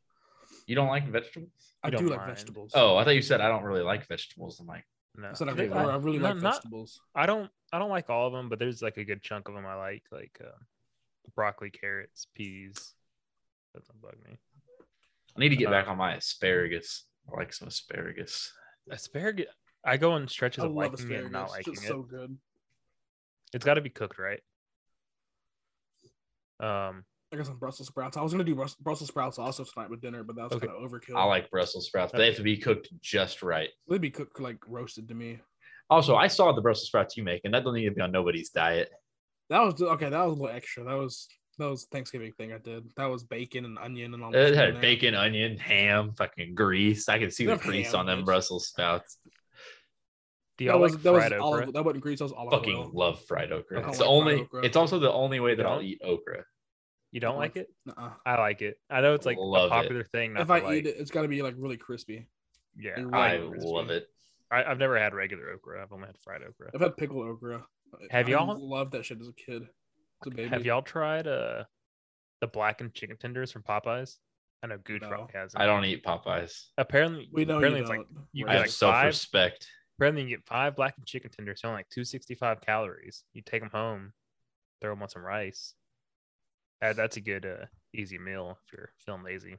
B: You don't like vegetables?
C: I
A: You
C: do
A: don't
C: like
A: mind.
C: vegetables.
B: Oh, I thought you said I don't really like vegetables. I'm like,
A: No,
C: I said I,
B: Okay,
C: or
B: well,
C: I really
A: no,
C: like
A: not-
C: vegetables.
A: I don't I don't like all of them, but there's like a good chunk of them I like, like uh, broccoli, carrots, peas. Doesn't bug me.
B: I need to get
A: Uh,
B: back on my asparagus. I like some asparagus.
A: Asparagus. I go in
C: I
A: stretches of
C: love
A: liking it and not
C: asparagus.
A: liking
C: It's
A: it.
C: so good.
A: It's got to be cooked right. Um.
C: I got some Brussels sprouts. I was gonna do Brus- Brussels sprouts also tonight with dinner, but that was
A: Okay.
C: kind of overkill.
B: I like Brussels sprouts. but They have to be cooked just right.
C: They'd be cooked like roasted to me.
B: Also, I saw the Brussels sprouts you make, and that don't need to be on nobody's diet.
C: That was okay. That was a little extra. That was that was Thanksgiving thing I did. That was bacon and onion and all. that
B: It
C: shit in
B: had
C: there.
B: bacon, onion, ham, fucking grease. I can see the
C: They have
B: grease
C: ham,
B: on them
C: bitch.
B: Brussels sprouts.
A: Do
C: That
A: y'all
C: was
A: like
C: that was
A: fried okra?
C: olive. That wasn't grease. That was olive
B: Fucking
C: oil.
B: love fried okra.
A: I don't
B: It's
A: like
B: the
C: fried
B: only.
C: okra.
B: It's also the only way that I'll
A: Don't?
B: eat okra.
A: you don't
C: don't
A: like it?
C: Nuh-uh.
A: I like it. I know it's like
B: Love
A: a
B: it.
A: popular thing. Not
C: If I
A: to like.
C: eat it, it's got to be like really crispy.
A: yeah,
C: you're
A: I,
B: I
C: right.
A: like
C: crispy.
B: love it.
A: I, I've never had regular okra. I've only had fried okra.
C: I've had pickled okra.
A: Have
C: I
A: y'all-
C: loved that shit as a kid? As a baby.
A: Have y'all tried uh the blackened chicken tenders from Popeyes? I know Gooch
C: No.
A: probably has. them.
B: I don't eat Popeyes.
A: Apparently,
C: We know
A: apparently
C: you
A: it's
C: don't.
A: like you
B: I
A: get
B: have
A: like five.
B: self-respect.
A: Apparently, you get five blackened chicken tenders. They're only like two sixty five calories. You take them home, throw them on some rice. Uh, that's a good uh, easy meal if you're feeling lazy.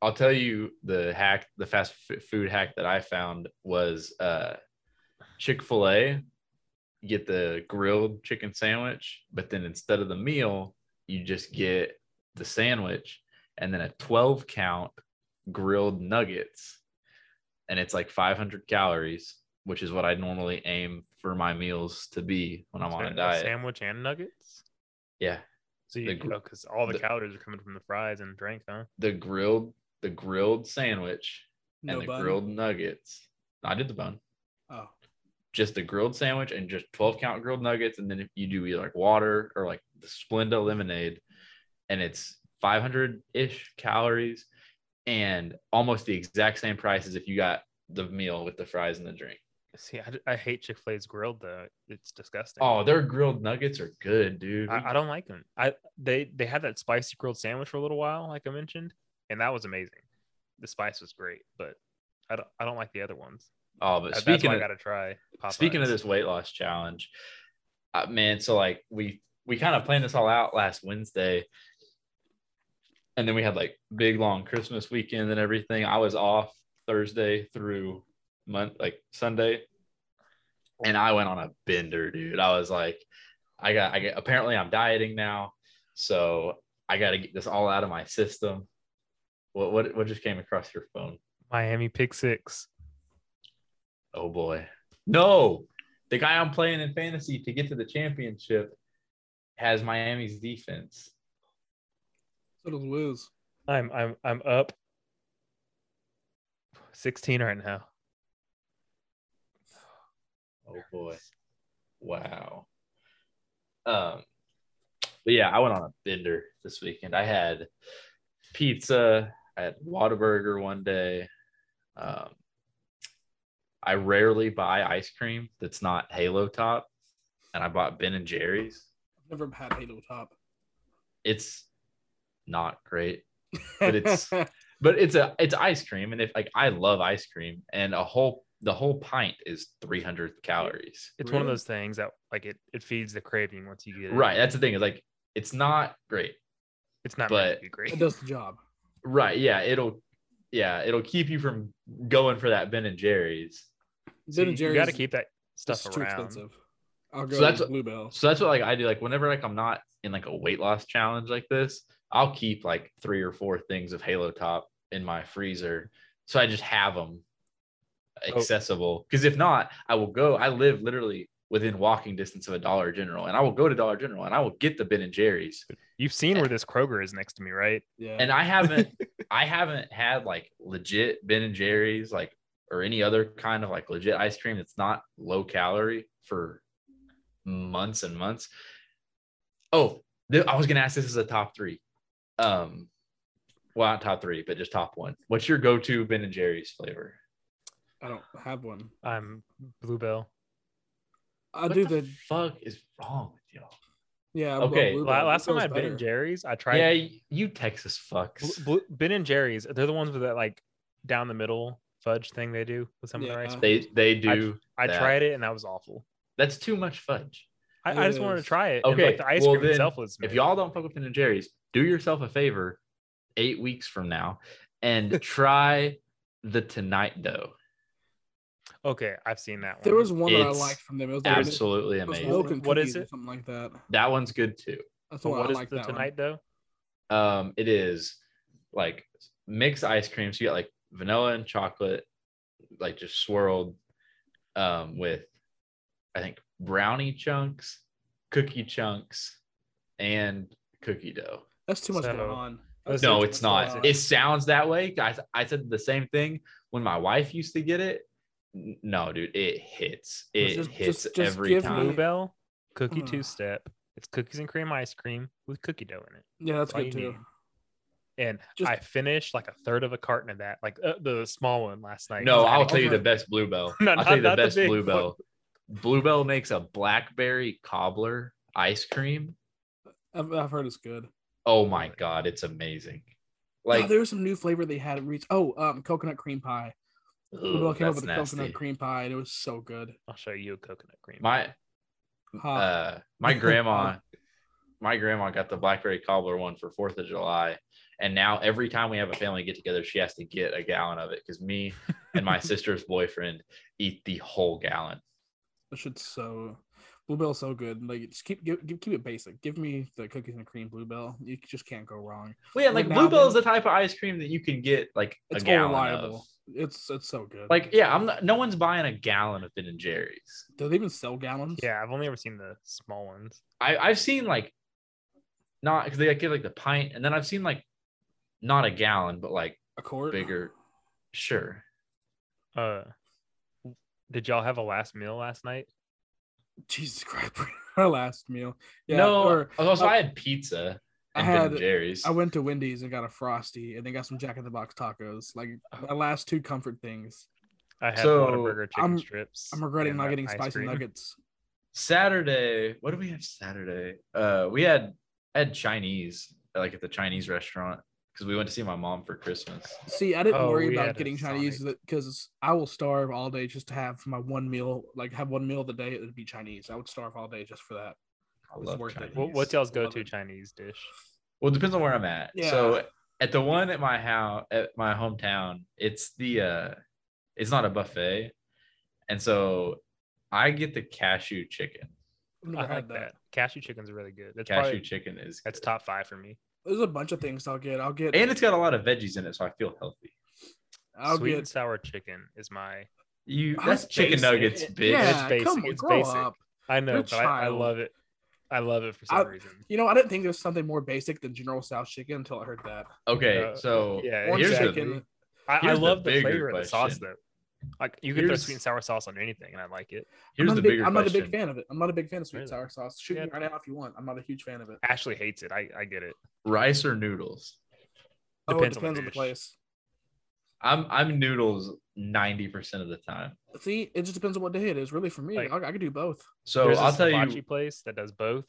B: I'll tell you the hack, the fast f- food hack that I found was uh, Chick fil A. You get the grilled chicken sandwich, but then instead of the meal, you just get the sandwich and then a 12 count grilled nuggets. And it's like 500 calories, which is what I normally aim for my meals to be when I'm on a
A: Sa-
B: diet.
A: sandwich and nuggets.
B: Yeah.
A: So
B: The
A: you
B: gr-
A: because all the,
B: the-
A: calories are coming from the fries and drink, huh?
B: The grilled, the grilled sandwich and
C: no
B: the
C: bun.
B: grilled nuggets. I did the bun.
C: Oh,
B: just a grilled sandwich and just 12 count grilled nuggets. And then if you do either like water or like the Splenda lemonade, and it's 500 ish calories and almost the exact same price as if you got the meal with the fries and the drink.
A: See, I, d- I hate Chick Fil A's grilled though. It's disgusting.
B: Oh, their grilled nuggets are good, dude.
A: I, I don't like them. I they they had that spicy grilled sandwich for a little while, like I mentioned, and that was amazing. The spice was great, but I don't I don't like the other ones.
B: oh, but
A: That- That's
B: speaking
A: why
B: of,
A: I gotta try. Popeyes.
B: speaking of this weight loss challenge, uh, man, so like we we kind of planned this all out last Wednesday, and then we had like big long Christmas weekend and everything. I was off Thursday through month like Sunday, and I went on a bender, dude. I was like, I got I got apparently I'm dieting now, so I got to get this all out of my system. What what what just came across your phone?
A: Miami Pick Six.
B: Oh boy. No, the guy I'm playing in fantasy to get to the championship has Miami's defense.
C: so does Wiz.
A: I'm I'm I'm up sixteen right now.
B: Oh boy. Wow. Um but yeah, I went on a bender this weekend. I had pizza, I had Whataburger one day. Um I rarely buy ice cream that's not Halo Top, and I bought Ben and Jerry's.
C: I've never had Halo Top,
B: It's not great. But it's- but it's a it's ice cream and if like i love ice cream and a whole the whole pint is 300 calories
A: It's one of
C: Really?
A: those things that like it it feeds the craving once you get it.
B: right that's the thing is like it's not great
A: It's not meant
B: but-
A: to be great.
C: it does the job.
B: right yeah it'll yeah it'll keep you from going for that ben and jerry's
A: So
C: Ben
A: you,
C: and
A: you gotta
C: Jerry's
A: keep that
C: It's
A: stuff
C: too
A: around.
C: expensive. I'll go
B: So that's
C: with
B: what-
C: Bluebell.
B: so that's what like i do like whenever like i'm not in like a weight loss challenge like this i'll keep like three or four things of halo top in my freezer so i just have them accessible because if not i will go i live literally within walking distance of a dollar general and i will go to dollar general and i will get the ben and jerry's
A: You've seen where this Kroger is next to me, right?
C: Yeah.
B: and i haven't i haven't had like legit ben and jerry's like or any other kind of like legit ice cream that's not low calorie for months and months oh th- i was gonna ask this as a top three um well not top three but just top one what's your go-to ben and jerry's flavor
C: I don't have one.
A: I'm Bluebell.
C: I do
B: the
C: the
B: fuck is wrong with y'all
C: Yeah.
B: Okay,
C: Blue
A: La-
C: Bell-
A: Last
C: Blue
A: time I had
C: Bell's
A: Ben and
C: better.
A: Jerry's, I tried
B: Yeah, y- you Texas fucks.
A: Bl- Blue, Ben and Jerry's. They're the ones with that like down the middle fudge thing they do with some of the rice.
C: Yeah.
B: They they do.
A: I
B: that.
A: tried it and that was awful.
B: That's too much fudge.
A: I, I just wanted to
C: Yes.
A: try it. and,
B: Okay,
A: like, the ice
B: well
A: cream
B: then,
A: itself was.
B: If
A: meh.
B: y'all don't fuck with Ben and Jerry's, do yourself a favor. Eight weeks from now, and try the Tonight Dough.
A: okay, I've seen that one.
C: There was one that I
B: It's
C: liked from them. It was like it
B: Absolutely
C: was
B: amazing.
A: Well,
C: milk and
A: What is
C: cookies or
A: it?
C: Something like that.
B: That one's good too.
C: That's
A: But
C: what,
A: what
C: I
A: is
C: like.
A: the
C: That one.
A: tonight though?
B: Um, it is like mixed ice cream. So you got like vanilla and chocolate, like just swirled um, with, I think, brownie chunks, cookie chunks, and cookie dough.
C: That's too much
A: So-
C: going on. Uh,
A: That's
B: No,
A: too much
B: it's not.
A: going on.
B: It sounds that way. I, I said the same thing when my wife used to get it. N- No, dude, it hits. It
C: Just-
B: hits
C: just- just
B: every
C: give me- Uh.
B: time.
A: Bluebell cookie
C: Ugh.
A: two step. It's cookies and cream ice cream with cookie dough in it.
C: Yeah, that's
A: All
C: good
A: you
C: too.
A: need. And
C: Just-
A: I finished like a third of a carton of that, like uh, the small one last night.
B: No,
A: Cause I
B: I'll
A: had-
B: tell you the
C: Okay.
B: best bluebell.
A: No,
B: I'll tell you
A: not- not
B: the
A: the
B: best
A: big
B: bluebell. Bluebell makes a blackberry cobbler ice cream.
C: I've, I've heard it's good.
B: Oh my god, it's amazing.
C: Like
B: Like
C: there was some new flavor they had. Reach. Oh, um, coconut cream pie. Blue Bell
B: ugh,
C: came up
B: that's
C: with a
B: nasty. Uh,
C: coconut cream pie, and it was so good.
A: I'll show you a coconut cream.
B: My
C: Huh.
B: uh my grandma my grandma got the blackberry cobbler one for 4th of July and now every time we have a family get together she has to get a gallon of it cuz me and my sister's boyfriend eat the whole gallon.
C: That shit's so bluebell's so good. Like just keep give, give, keep it basic. Give me the cookies and cream bluebell. You just can't go wrong.
B: Well yeah, like
C: Now
B: bluebell is
C: then-
B: the type of ice cream that you can get like
C: It's
B: a
C: all
B: gallon
C: reliable.
B: of.
C: It's it's so good.
B: Like, yeah, I'm not, no one's buying a gallon of Ben and Jerry's.
C: do they even sell gallons?
A: yeah, I've only ever seen the small ones.
B: I, I've seen like not because they like, get like the pint, and then I've seen like not a gallon, but like
C: a quart.
B: bigger. Sure.
A: Uh, did y'all have a last meal last night?
C: Jesus Christ! Our last meal. Yeah,
B: no,
C: or
B: also
C: uh,
B: I had pizza
C: I
B: and Ben
C: had.
B: and Jerry's.
C: I went to Wendy's and got a frosty, and they got some Jack in the Box tacos. Like
B: Oh.
C: my last two comfort things.
A: I had
B: So,
A: Whataburger chicken
C: I'm-
A: strips.
C: I'm regretting
A: and
C: not
A: that
C: getting
A: ice
C: spicy
A: cream.
C: nuggets.
B: Saturday, what did we have Saturday? Uh, we had I had Chinese like at the Chinese restaurant because we went to see my mom for Christmas.
C: See, I didn't
A: Oh,
C: worry
A: we
C: about
A: had a
C: getting Chinese because I will starve all day just to have my one meal. Like have one meal of the day, it would be Chinese. I would starve all day just for that.
B: I
C: It's
B: love
C: worth it.
B: Chinese.
A: Wha- what's y'all's
C: Love
A: go-to
C: it.
A: Chinese dish?
B: Well, it depends on where I'm at.
C: Yeah.
B: So at the one at my house, at my hometown, it's the uh it's not a buffet. And so I get the cashew chicken.
C: I've never
A: I like
C: had
A: that.
C: that.
A: Cashew chicken's really good. That's
B: cashew
A: probably,
B: chicken is
A: that's
B: good.
A: top five for me.
C: There's a bunch of things I'll get. I'll get.
B: And it's got a lot of veggies in it, so I feel healthy.
C: I'll
A: Sweet
C: get.
A: and sour chicken is my.
B: You
C: Oh,
B: that's
C: it's
B: chicken
A: basic.
B: nuggets,
A: It-
B: bitch.
C: Yeah,
A: It's basic.
C: come on,
A: It's
C: grow
A: basic.
C: up.
A: I know,
C: You're a
A: but I, I
C: child.
A: love it. I love it for some
C: I-
A: reason.
C: You know, I didn't think there's something more basic than General Tso's chicken until I heard that.
B: Okay,
A: Uh,
B: so
A: yeah,
C: Orange
B: here's
A: exactly.
B: the
C: chicken.
A: I, I
B: here's the
A: love the,
B: bigger
A: flavor of the sauce
B: question.
A: though. Like you could throw
B: Here's-
A: sweet and sour sauce on anything, and I like it.
C: I'm
B: here's
C: not,
B: the
C: a big,
B: bigger
C: I'm not a
B: question.
C: big fan of it. I'm not a big fan of sweet
A: Really?
C: sour sauce. Shoot
A: Yeah.
C: me right now if you want. I'm not a huge fan of it.
A: Ashley hates it. I, I get it.
B: Rice or noodles?
C: oh, it
A: Depends on the
C: depends on the
A: dish.
C: place.
B: I'm I'm noodles 90% of the time.
C: See, it just depends on what day it is, really. For me,
A: Like-
C: I, I could do both.
B: So
A: There's
B: I'll
A: this
B: tell you
A: hibachi place that does both.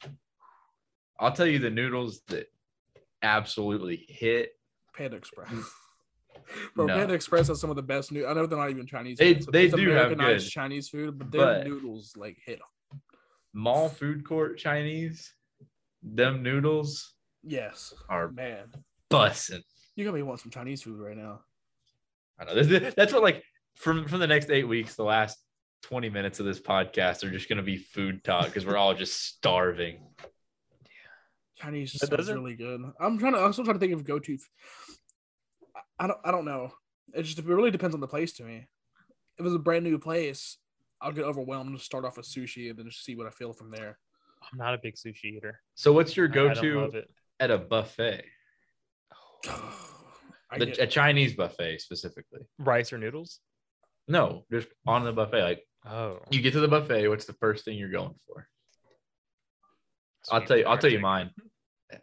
B: I'll tell you the noodles that absolutely hit.
C: Panda Express. Bro,
B: Mm. No.
C: Panda Express has some of the best new. I know they're not even Chinese.
B: They-
C: food, so
B: they
C: it's
B: do have
C: Americanized
B: good,
C: Chinese food, but their
B: but-
C: noodles like hit.
B: Mall food court Chinese, them noodles
C: Yes,
B: are
C: man,
B: bussin'.
C: you got me want some Chinese food right now.
B: I know that's, that's what like from from the next eight weeks, the last twenty minutes of this podcast are just gonna be food talk because we're all just starving.
C: Chinese
A: That
C: just sounds
A: doesn't-
C: really good. I'm trying to. I'm still trying to think of go to. I don't. I don't know. It just it really depends on the place to me. If it's a brand new place, I'll get overwhelmed. Just start off with sushi and then just see what I feel from there.
A: I'm not a big sushi eater.
B: So what's your
A: I- I don't
B: go
A: love
B: to
A: it.
B: at a buffet?
C: I
B: The-
C: get-
B: a Chinese buffet specifically.
A: Rice or noodles?
B: No, just on the buffet. Like
A: Oh,
B: you get to the buffet, what's the first thing you're going for? I'll
A: sweet
B: tell you. I'll
A: sour
B: tell you
A: chicken.
B: mine.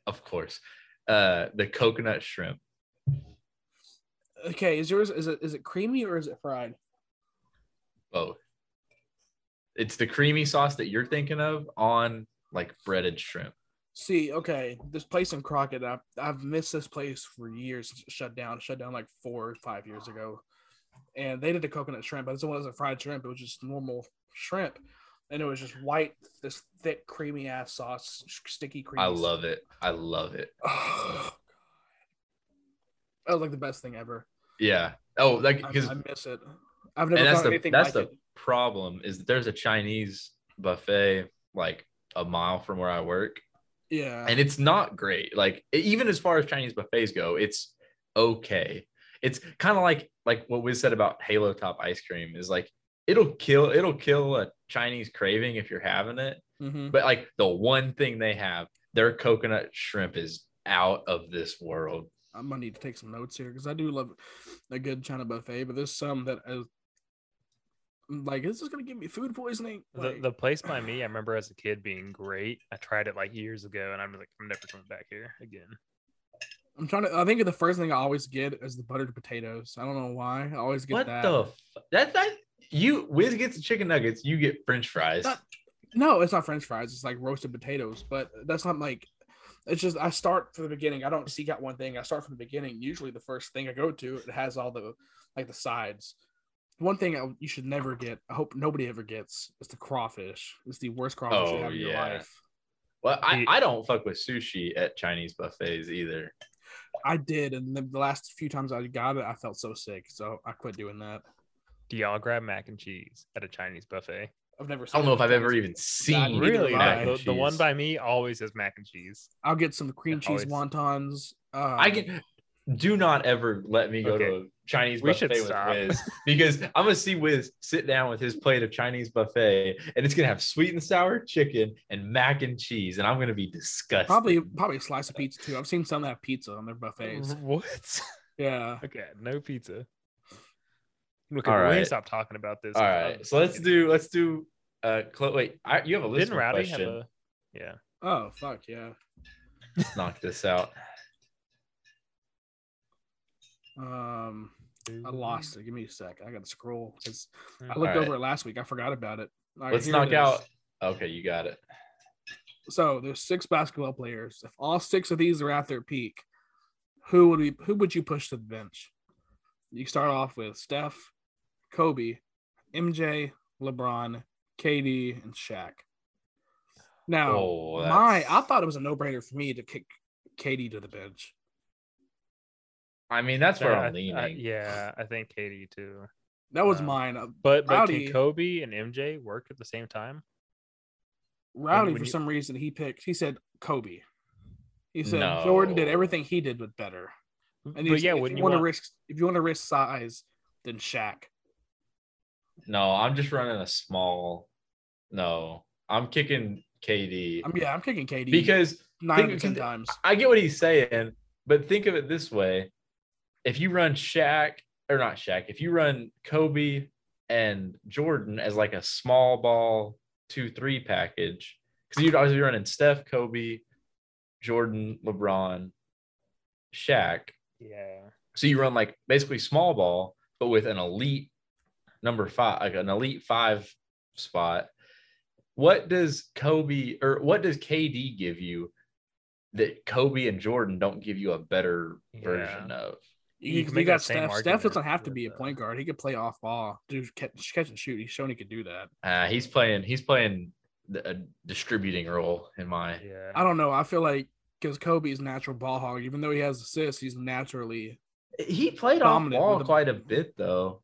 B: Of course, uh, the coconut shrimp.
C: okay, is yours is it is it creamy or is it fried?
B: Both. It's the creamy sauce that you're thinking of on like breaded shrimp.
C: See, okay, this place in Crockett, I, I've missed this place for years. It's Shut down, shut down like four or five years ago, and they did a coconut shrimp, but it wasn't fried shrimp. It was just normal shrimp, and it was just white, this thick, creamy ass sauce, sh- sticky, creamy.
B: I love it. I love it.
C: Oh, that was like the best thing ever.
B: Yeah. Oh, like
C: I,
B: because
C: I miss it. I've never
B: and that's
C: found
B: the
C: anything
B: that's
C: like
B: the
C: it.
B: problem is that there's a Chinese buffet like a mile from where I work,
C: Yeah,
B: and it's not great. Like e- even as far as Chinese buffets go, it's okay. It's kind of like like what we said about Halo Top ice cream is like it'll kill it'll kill a Chinese craving if you're having it,
C: Mhm.
B: but like the one thing they have, their coconut shrimp is out of this world.
C: I'm gonna need to take some notes here because I do love a good China buffet, but there's some that I, I'm like this is gonna give me food poisoning.
A: The,
C: Like,
A: the place by me, I remember as a kid being great. I tried it like years ago, and I'm like, I'm never coming back here again.
C: I'm trying to. I think the first thing I always get is the buttered potatoes. I don't know why. I always get
B: what
C: that.
B: the f- that that you Wiz gets the chicken nuggets, you get French fries.
C: Not- no, it's not French fries. It's like roasted potatoes, but that's not like. It's just I start from the beginning. I don't seek out one thing. I start from the beginning. Usually, the first thing I go to it has all the like the sides. One thing I, you should never get. I hope nobody ever gets is the crawfish. It's the worst crawfish you
B: Oh,
C: have in your
B: yeah.
C: life.
B: Well, I,
A: Yeah.
B: I don't fuck with sushi at Chinese buffets either.
C: I did, and the, the last few times I got it, I felt so sick, so I quit doing that.
A: Do y'all grab mac and cheese at a Chinese buffet?
C: I've never.
B: I don't know if I've ever
C: Chinese-
B: even seen
C: Neither
A: Really?
C: have I.
B: mac
A: The,
B: and
A: the- the one
B: cheese.
A: by me always has mac and cheese.
C: I'll get some cream
A: I've
C: cheese
A: always-
C: wontons. Uh,
B: I can. Do not ever let me go to a Chinese
A: We should
B: buffet with
A: stop.
B: Wiz because I'm gonna see Wiz sit down with his plate of Chinese buffet and it's gonna have sweet and sour chicken and mac and cheese and I'm gonna be disgusted.
C: probably probably a slice of pizza too. I've seen some that have pizza on their buffets.
B: Mm-hmm.
A: What?
C: Yeah,
A: okay, no pizza. Look,
B: All
A: we need to
B: right.
A: stop talking about this.
B: All
A: 'cause
B: right,
A: I'm
B: so let's
A: fucking-
B: do let's do. Uh, Chloe, wait, I, you have a
A: Didn't
B: listener
A: Rowdy
B: question.
A: have a? Yeah.
C: Oh fuck yeah.
B: Let's knock this out.
C: Um, I lost it. Give me a sec. I got to scroll 'cause I
A: All
C: looked
B: right.
C: over it last week. I forgot about it. All right,
B: Let's
C: here it
B: knock
C: is.
B: out. Okay, you got it.
C: So there's six basketball players. If all six of these are at their peak, who would we who would you push to the bench? You start off with Steph, Kobe, MJ, LeBron, KD, and Shaq. Now,
B: oh,
C: my
B: that's-
C: I thought it was a no-brainer for me to kick KD to the bench.
B: I mean, that's where
A: I-
B: I'm
A: I-
B: leaning.
A: yeah, I think Katie too.
C: That was
A: Wow.
C: mine. Uh,
A: But but
C: Rowdy-
A: can Kobe and MJ work at the same time?
C: Rowdy,
A: when
C: for
A: you-
C: some reason, he picked. He said Kobe. He said
B: No.
C: Jordan did everything he did, but better. And
A: but
C: he's-
A: yeah,
C: if
A: wouldn't
C: you
A: you
C: want to
A: want?
C: risk, if you want to risk size, then Shaq.
B: No, I'm just running a small. No, I'm kicking KD
C: I'm yeah, I'm kicking KD
B: because
C: nine
B: think-
C: out of ten
B: because-
C: times.
B: I get what he's saying, but think of it this way: if you run Shaq or not Shaq, if you run Kobe and Jordan as like a small ball two three package, because you'd always be running Steph, Kobe, Jordan, LeBron, Shaq.
A: Yeah.
B: So you run like basically small ball, but with an elite number five, like an elite five spot. What does Kobe or what does KD give you that Kobe and Jordan don't give you a better version of?
A: You
C: You,
A: can
C: you
A: make
C: got
A: that same
C: Steph. Steph
A: argument
C: doesn't have to
A: with,
C: be a
A: uh,
C: point guard. He could play off ball, do catch, catch and shoot. He's shown he could do that.
B: Uh, he's playing. He's playing the, a distributing role in my.
A: Yeah.
C: I don't know. I feel like because Kobe is a natural ball hog, even though he has assists, he's naturally.
B: He played off
C: Dominant
B: ball
C: with the-
B: quite a bit though.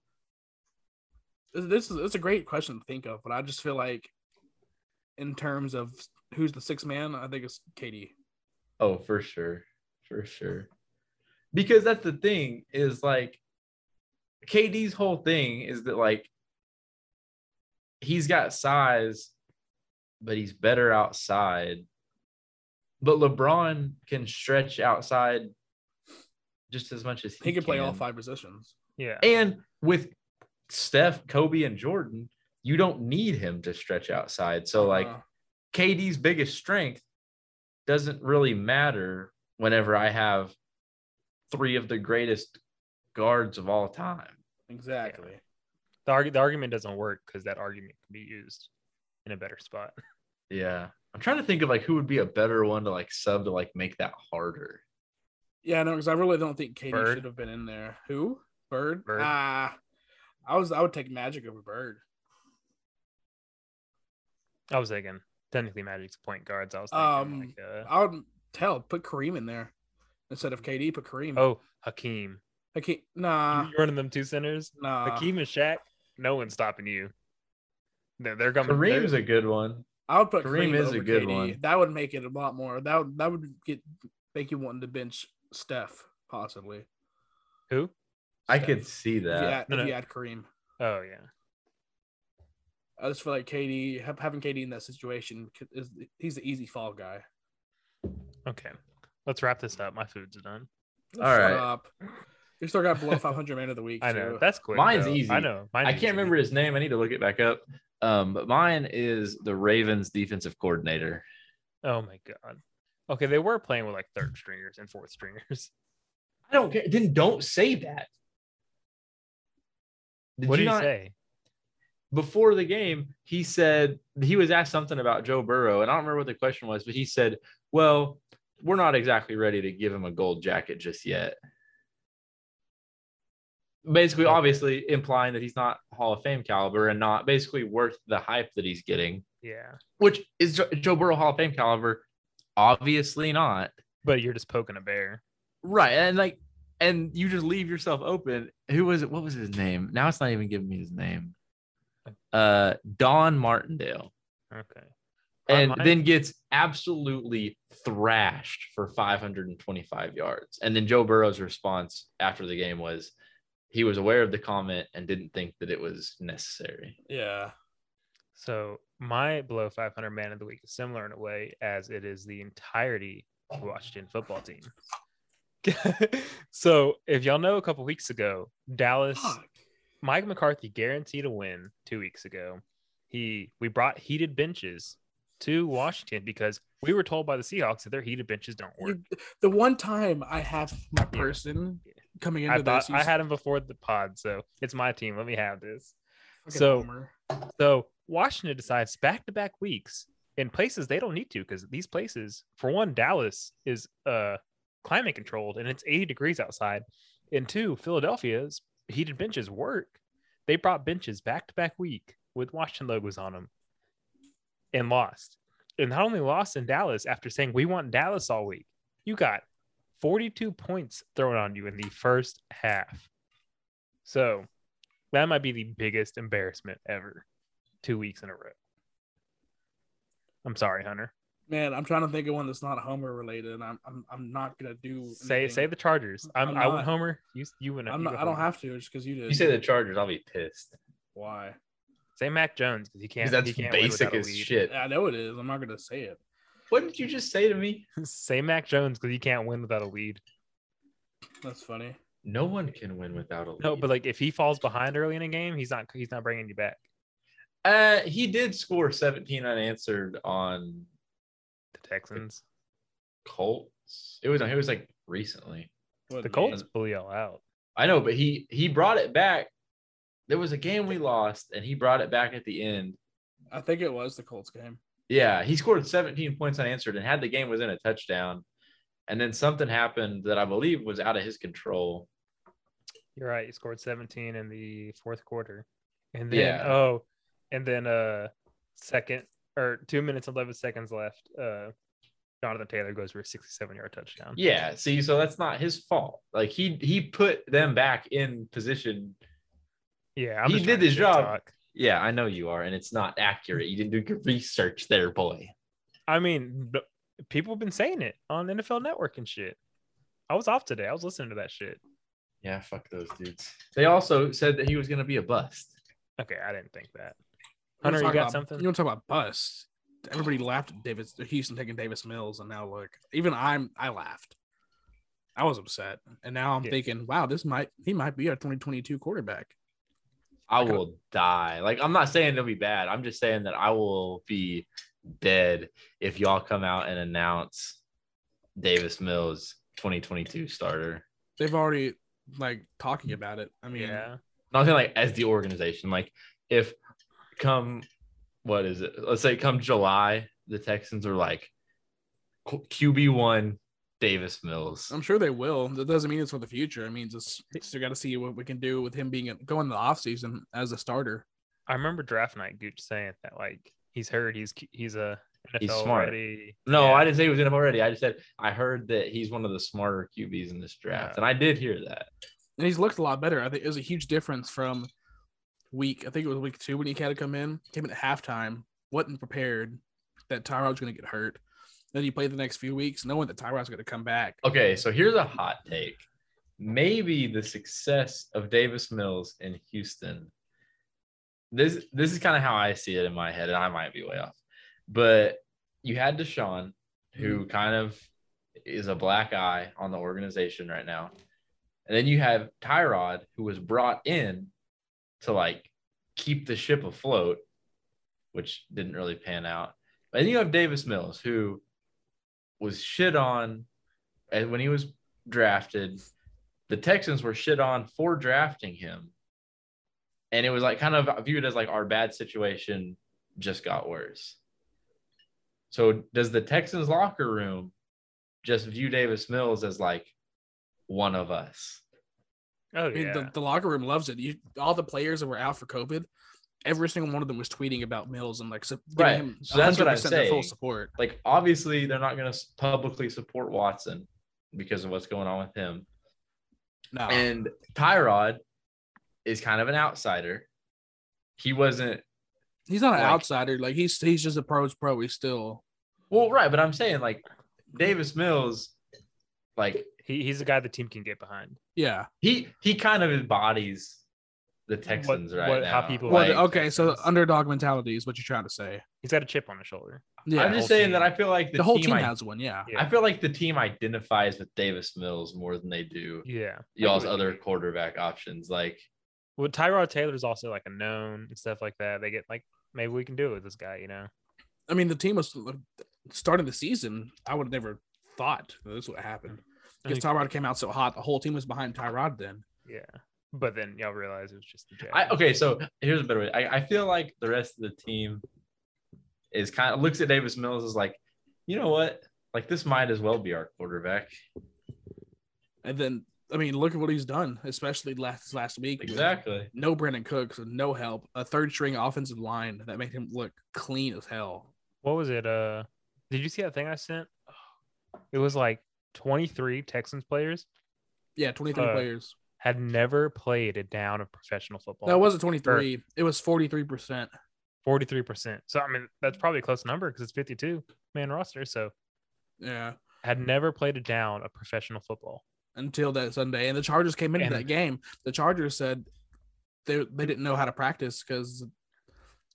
C: This is it's a great question to think of, but I just feel like, in terms of who's the sixth man, I think it's KD.
B: Oh, for sure. For sure. Because that's the thing is like KD's whole thing is that like he's got size, but he's better outside. But LeBron can stretch outside just as much as he,
C: He could play all
B: can.
C: five positions.
A: Yeah.
B: And with Steph, Kobe, and Jordan, you don't need him to stretch outside. So like
C: Uh,
B: KD's biggest strength doesn't really matter whenever I have three of the greatest guards of all time.
C: exactly.
A: the, argu- the argument doesn't work because that argument can be used in a better spot.
B: Yeah. I'm trying to think of like who would be a better one to like sub to like make that harder.
C: Yeah, no, because I really don't think Katie
A: Bird.
C: should have been in there. Who? Bird.
A: Bird.
C: Ah, I was. I would take Magic over Bird.
A: I was thinking technically Magic's point guards. I was
C: Um,
A: thinking like, uh,
C: I would tell put Kareem in there instead of KD. Put Kareem.
A: uh, oh Hakeem.
C: I can't. Nah,
A: you running them two centers.
C: nah.
A: Hakeem and Shaq. No one's stopping you. They're, they're coming. they're-
B: Kareem's a good one.
C: I would put
B: Kareem
C: Kareem,
B: is a
C: over
B: good
C: KD.
B: one.
C: That would make it a lot more. That would that would get make you want to bench Steph possibly.
A: who?
B: I
C: Steph.
B: could see
C: If you
B: that.
C: add,
A: No,
C: if
A: no.
C: you add Kareem,
A: Oh yeah.
C: I just feel like KD ha- having KD in that situation c- is he's the easy fall guy.
A: Okay. Let's wrap this up. My food's done.
C: All
B: All
C: right.
B: right.
C: up. You still got below 500 man of the week.
A: I know.
C: too.
A: That's quick.
B: Mine's
A: though.
B: easy.
A: I know. Mine's
B: I can't
A: easy.
B: remember his name. I need to look it back up. Um, but mine is the Ravens defensive coordinator.
A: Oh my god. Okay, they were playing with like third stringers and fourth stringers.
B: I don't care. Then don't say that. Did
A: what
B: you
A: did he
B: not-
A: say?
B: Before the game, he said he was asked something about Joe Burrow, and I don't remember what the question was, but he said, "Well, we're not exactly ready to give him a gold jacket just yet." Basically,
A: Okay.
B: obviously implying that he's not Hall of Fame caliber and not basically worth the hype that he's getting,
A: Yeah.
B: which is Jo- Joe Burrow Hall of Fame caliber. Obviously not.
A: But you're just poking a bear.
B: Right. And like, and you just leave yourself open. Who was it? What was his name? Now it's not even giving me his name. Uh, Don Martindale.
A: Okay. Uh,
B: And
A: mine-
B: then gets absolutely thrashed for 525 yards. And then Joe Burrow's response after the game was he was aware of the comment and didn't think that it was necessary.
C: yeah.
A: So my below 500 man of the week is similar in a way as it is the entirety of the Washington football team. so if y'all know, a couple weeks ago, Dallas
C: Fuck.
A: Mike McCarthy guaranteed a win two weeks ago. He we brought heated benches to Washington because we were told by the Seahawks that their heated benches don't work.
C: You- the one time I have my person coming into
A: I thought
C: this, you
A: I had him before the pod, so it's my team. Let me have this.
C: fucking
A: so-
C: homer.
A: So Washington decides back to back weeks in places they don't need to because these places, for one, Dallas is uh climate controlled and it's 80 degrees outside. And two, Philadelphia's heated benches work. They brought benches back to back week with Washington logos on them and lost. And not only lost in Dallas after saying we want Dallas all week, you got 42 points thrown on you in the first half. So that might be the biggest embarrassment ever. Two weeks in a row. I'm sorry, Hunter.
C: Man, I'm trying to think of one that's not Homer related, and I'm I'm, I'm not gonna do.
A: Say
C: anything.
A: say the Chargers. I'm,
C: I'm
A: i went
C: not.
A: Homer. You you went.
C: I'm
A: you
C: not,
A: go
C: I don't
A: Homer.
C: have to just because you did.
B: You say the Chargers, I'll be pissed.
C: why?
A: say Mac Jones because he can't.
B: Because that's
A: he can't win
B: basic
A: without a
B: as
A: lead.
B: shit.
C: I know it is. I'm not gonna say it.
B: What did you just say to me?
A: say Mac Jones because he can't win without a lead.
C: That's funny.
B: No one can win without a lead.
A: No, but like if he falls behind early in a game, he's not he's not bringing you back.
B: Uh, he did score 17 unanswered on
A: The Texans,
B: Colts. It was it was like recently.
C: What
A: the
C: an
A: Colts
C: idiot.
A: blew y'all out.
B: I know, but he he brought it back. There was a game we lost, and he brought it back at the end.
C: I think it was the Colts game.
B: Yeah, he scored 17 points unanswered and had the game within a touchdown. And then something happened that I believe was out of his control.
A: You're right. He scored 17 in the fourth quarter, and then
B: Yeah.
A: oh, and then uh, second or two minutes 11 seconds left. Uh, Jonathan Taylor goes for a 67 yard touchdown.
B: Yeah, see, so that's not his fault. Like he he put them back in position.
A: Yeah, I'm
B: He
A: just
B: did
A: trying to
B: his
A: shit
B: job.
A: talk.
B: Yeah, I know you are, and it's not accurate. You didn't do your research there, boy.
A: I mean, b- people have been saying it on NFL Network and shit. I was off today. I was listening to that shit.
B: Yeah, fuck those dudes. They also said that he was gonna be a bust.
A: Okay, I didn't think that.
C: You
A: Hunter,
C: wanna
A: you
C: talk
A: got
C: about-
A: something?
C: You want to talk about bust? Everybody laughed at Davis Houston taking Davis Mills, and now look, even I'm I laughed. I was upset, and now I'm
A: Yeah.
C: thinking, wow, this might he might be our 2022 quarterback.
B: I will die. Like I'm not saying they'll be bad. I'm just saying that I will be dead if y'all come out and announce Davis Mills 2022 starter.
C: They've already like talking about it. I mean,
A: Yeah.
B: Not saying like as the organization. Like if come what is it? Let's say come July the Texans are like QB one Davis Mills.
C: I'm sure they will. That doesn't mean it's for the future. I mean, just still got to see what we can do with him being going the offseason as a starter.
A: I remember draft night Gooch saying that like he's heard he's he's a NFL
B: He's smart.
A: ready.
B: No,
A: Yeah.
B: I didn't say he was in him already. I just said I heard that he's one of the smarter QBs in this draft,
A: Yeah.
B: and I did hear that.
C: And he's looked a lot better. I think it was a huge difference from week. I think it was week two when he had to come in. Came in at halftime, wasn't prepared that Tyrod was going to get hurt. Then he played the next few weeks, knowing that Tyrod's going to come back.
B: Okay, so here's a hot take. Maybe the success of Davis Mills in Houston. This this is kind of how I see it in my head, and I might be way off. But you had Deshaun, who kind of is a black eye on the organization right now. And then you have Tyrod, who was brought in to like keep the ship afloat, which didn't really pan out. But then you have Davis Mills, who was shit on and when he was drafted. The Texans were shit on for drafting him. And it was like kind of viewed as like our bad situation just got worse. So does the Texans locker room just view Davis Mills as like one of us?
A: Oh
C: I mean,
A: yeah.
C: the, the locker room loves it. You, all the players that were out for COVID, every single one of them was tweeting about Mills and like so giving
B: Right.
C: him
B: So that's what I'm
C: 100% their full
B: saying.
C: support.
B: like obviously they're not going to publicly support Watson because of what's going on with him.
C: No,
B: And Tyrod is kind of an outsider. He wasn't
C: he's not an
B: like-
C: outsider. Like he's he's just a pro's pro. He's still
B: well, right, but I'm saying like Davis Mills, like
A: he, he's a guy the team can get behind.
C: yeah.
B: he he kind of embodies the Texans right
A: what-
B: now.
A: how people
C: Well,
A: Like,
C: the- okay, so
B: Texans.
C: underdog mentality is what you're trying to say.
A: He's got a chip on his shoulder.
C: oh, Yeah,
B: I'm
A: the
B: just
A: whole
B: saying that
A: team.
B: I feel like the,
C: the whole
B: team,
C: team
B: I-
C: has one. Yeah,
A: Yeah.
B: I feel like the team identifies with Davis Mills more than they do
A: Yeah.
B: y'all's
A: what you
B: other
A: mean.
B: quarterback options. Like
A: Well, Tyrod Taylor's also like a known and stuff like that. They get like maybe we can do it with this guy, you know.
C: I mean the team was uh, starting the season. I would have never thought that this would happen because
A: I
C: Tyrod came out so hot. The whole team was behind Tyrod then.
A: Yeah. But then y'all realize it was just the Jets.
B: I okay, so here's a better way. I, I feel like the rest of the team is kind of looks at Davis Mills as like, you know what? Like this might as well be our quarterback.
C: And then I mean look at what he's done, especially last last week. with
B: Exactly.
C: No Brandon Cooks, no help. A third string offensive line that made him look clean as hell.
A: What was it? Uh did you see that thing I sent? It was like 23 Texans players
C: Yeah, 23
A: Uh,
C: players.
A: had never played a down of professional football.
C: That wasn't 23. It was 43%.
A: 43%. So I mean, that's probably a close number cuz it's 52 man roster, so
C: Yeah.
A: had never played a down of professional football.
C: Until that Sunday. And the Chargers came into
A: And-
C: that game. The Chargers said they, they didn't know how to practice because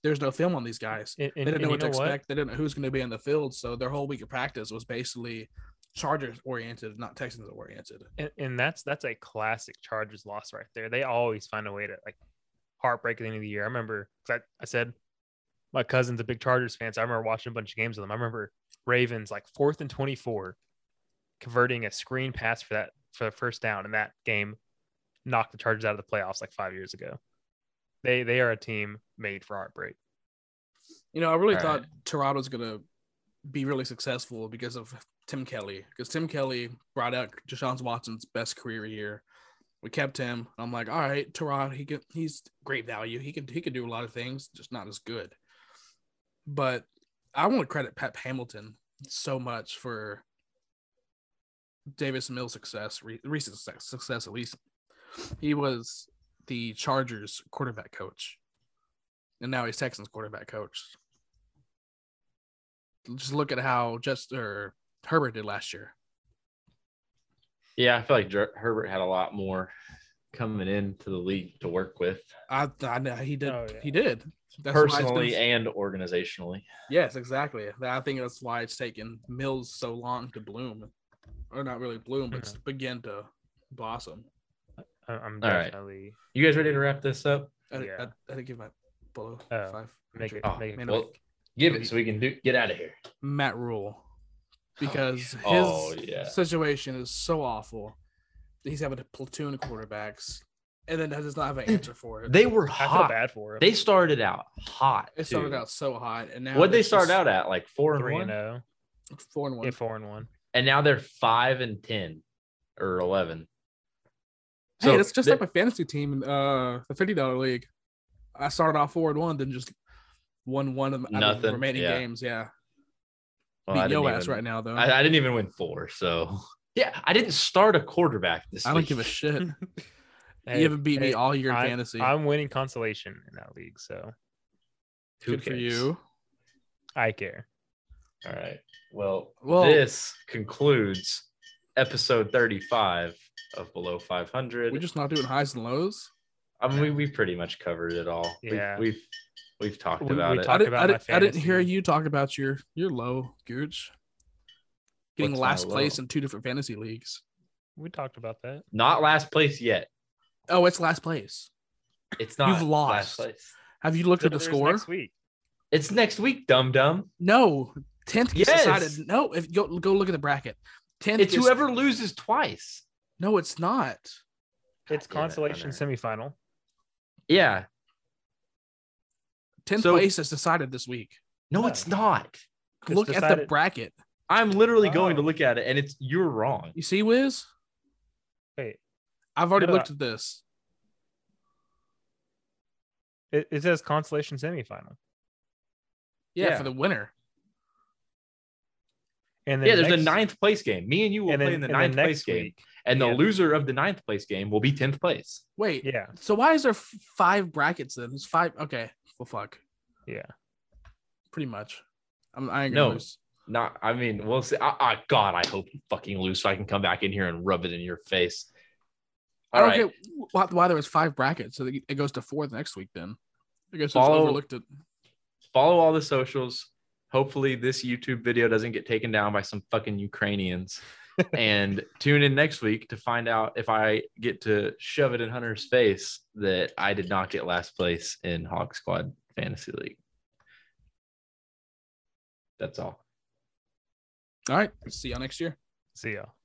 C: there's no film on these guys.
A: And,
C: They
A: and,
C: didn't
A: and
C: know
A: you
C: what to
A: know what?
C: expect. They didn't know who's going to be in the field. So their whole week of practice was basically Chargers oriented, not Texans oriented.
A: and, and that's that's a classic Chargers loss right there. They always find a way to like heartbreak at the end of the year. I remember 'cause I, I said my cousin's a big Chargers fan, so I remember watching a bunch of games with them. I remember Ravens like fourth and twenty four, converting a screen pass for that for the first down, and that game knocked the Chargers out of the playoffs like five years ago. They they are a team made for heartbreak.
C: You know, I really
B: All
C: thought Toronto was going to be really successful because of Tim Kelly, because Tim Kelly brought out Deshaun Watson's best career year. We kept him. I'm like, all right, Toronto, he can, he's great value. He can he can do a lot of things, just not as good. But I want to credit Pep Hamilton so much for Davis Mills' success, re- recent success, success at least. He was the Chargers quarterback coach, and now he's Texans quarterback coach just look at how just or Herbert did last year.
B: Yeah, I feel like Jer- Herbert had a lot more coming into the league to work with
C: I, I know he did.
A: Oh, yeah.
C: He did. That's why it's been-
B: personally eh. and organizationally.
C: yes, exactly. I think that's why it's taken Mills so long to bloom, or not really bloom,
A: Mm-hmm.
C: but begin to blossom.
A: I- I'm
B: All right.
A: definitely
B: You guys ready to wrap this up?
C: I,
A: Yeah.
C: I, I think give my below
A: Oh,
C: five.
A: make it
B: Oh,
A: make it
C: man,
B: Well, give it so we can do get out of here.
C: Matt Rule, because his
B: Oh, yeah.
C: situation is so awful. He's having a platoon of quarterbacks. and then does not have an answer for it.
B: They were
A: I feel
B: hot.
A: bad for it.
B: They started out hot.
C: it started out so hot, and now
B: What they
C: it's
B: start
C: just oh.
B: out at like four and
A: three
B: one,
A: and zero,
C: four and one.
A: yeah, four and one.
B: and now they're five and ten or eleven.
C: hey, that's just
B: the-
C: like my fantasy team in uh, the fifty dollar league. I started off four and one, then just won one of out of the
B: Nothing,
C: remaining
B: yeah.
C: games. Yeah,
B: well, I
C: beat
B: didn't
C: your ass
B: even-
C: right now though. I,
B: I, I didn't even win four, so yeah, I didn't start a quarterback this.
C: don't
B: week.
C: give a shit. you
A: Hey,
C: haven't beat
A: hey,
C: me all year in
A: I-
C: fantasy.
A: I'm winning consolation in that league, so
B: Who
C: Good for
B: cares?
C: you.
A: I care.
B: All right. Well,
C: Well-
B: this concludes episode 35 of Below 500.
C: We're just not doing highs and lows.
B: I mean, we, we pretty much covered it all.
A: Yeah.
B: We've, we've, we've talked
A: We- we
B: about it.
A: talked- Talk
C: I, did,
A: about
C: I,
A: my
C: did, I didn't hear
A: fantasy.
C: you talk about your your low, Gooch. Getting
B: What's my
C: last place
B: low?
C: in two different fantasy leagues.
A: We talked about that.
B: Not last place yet.
C: Oh, it's last place.
B: It's not
C: You've lost.
B: last place.
C: Have you looked at
A: No,
C: the
A: there's
C: score?
A: next week.
B: It's next week, dum dum.
C: No, tenth gets
B: Yes.
C: decided. No, if go go look at the bracket. Tenth.
B: It's
C: gets-
B: whoever loses twice.
C: No, it's not.
A: It's
B: God damn it,
A: consolation
B: Hunter.
A: semifinal.
B: Yeah.
C: Tenth
B: So-
C: place is decided this week.
B: No,
A: No.
B: it's not.
A: It's
C: Look at the
A: decided-
C: bracket.
B: I'm literally going to
A: Oh.
B: look at it and it's you're wrong.
C: You see, Wiz?
A: Wait,
C: I've already
A: No,
C: looked at this.
A: it, it says consolation semifinal,
C: Yeah,
B: yeah.
C: for the winner.
A: and then
B: Yeah, there's
A: next-
B: a ninth place game. Me and you will
A: and
B: play
A: then,
B: in the
A: and then
B: ninth place
A: next
B: game.
A: week.
B: and the
A: Yeah.
B: loser of the ninth place game will be 10th place.
C: Wait.
A: Yeah,
C: So why is there f- five brackets then? There's five. Okay. Well, fuck.
A: yeah.
C: Pretty much. I'm. I ain't
B: No.
C: gonna lose.
B: Not, I mean, we'll see. I, I, God, I hope you fucking lose so I can come back in here and rub it in your face.
C: I
B: All
C: don't
B: right,
C: get why, why there was five brackets, so it goes to four the next week. Then I guess it's
B: Follow-
C: overlooked. At,
B: follow all the socials. Hopefully, this YouTube video doesn't get taken down by some fucking Ukrainians. and tune in next week to find out if I get to shove it in Hunter's face that I did not get last place in Hawk Squad Fantasy League. That's all.
C: all right, see y'all next year.
A: See y'all.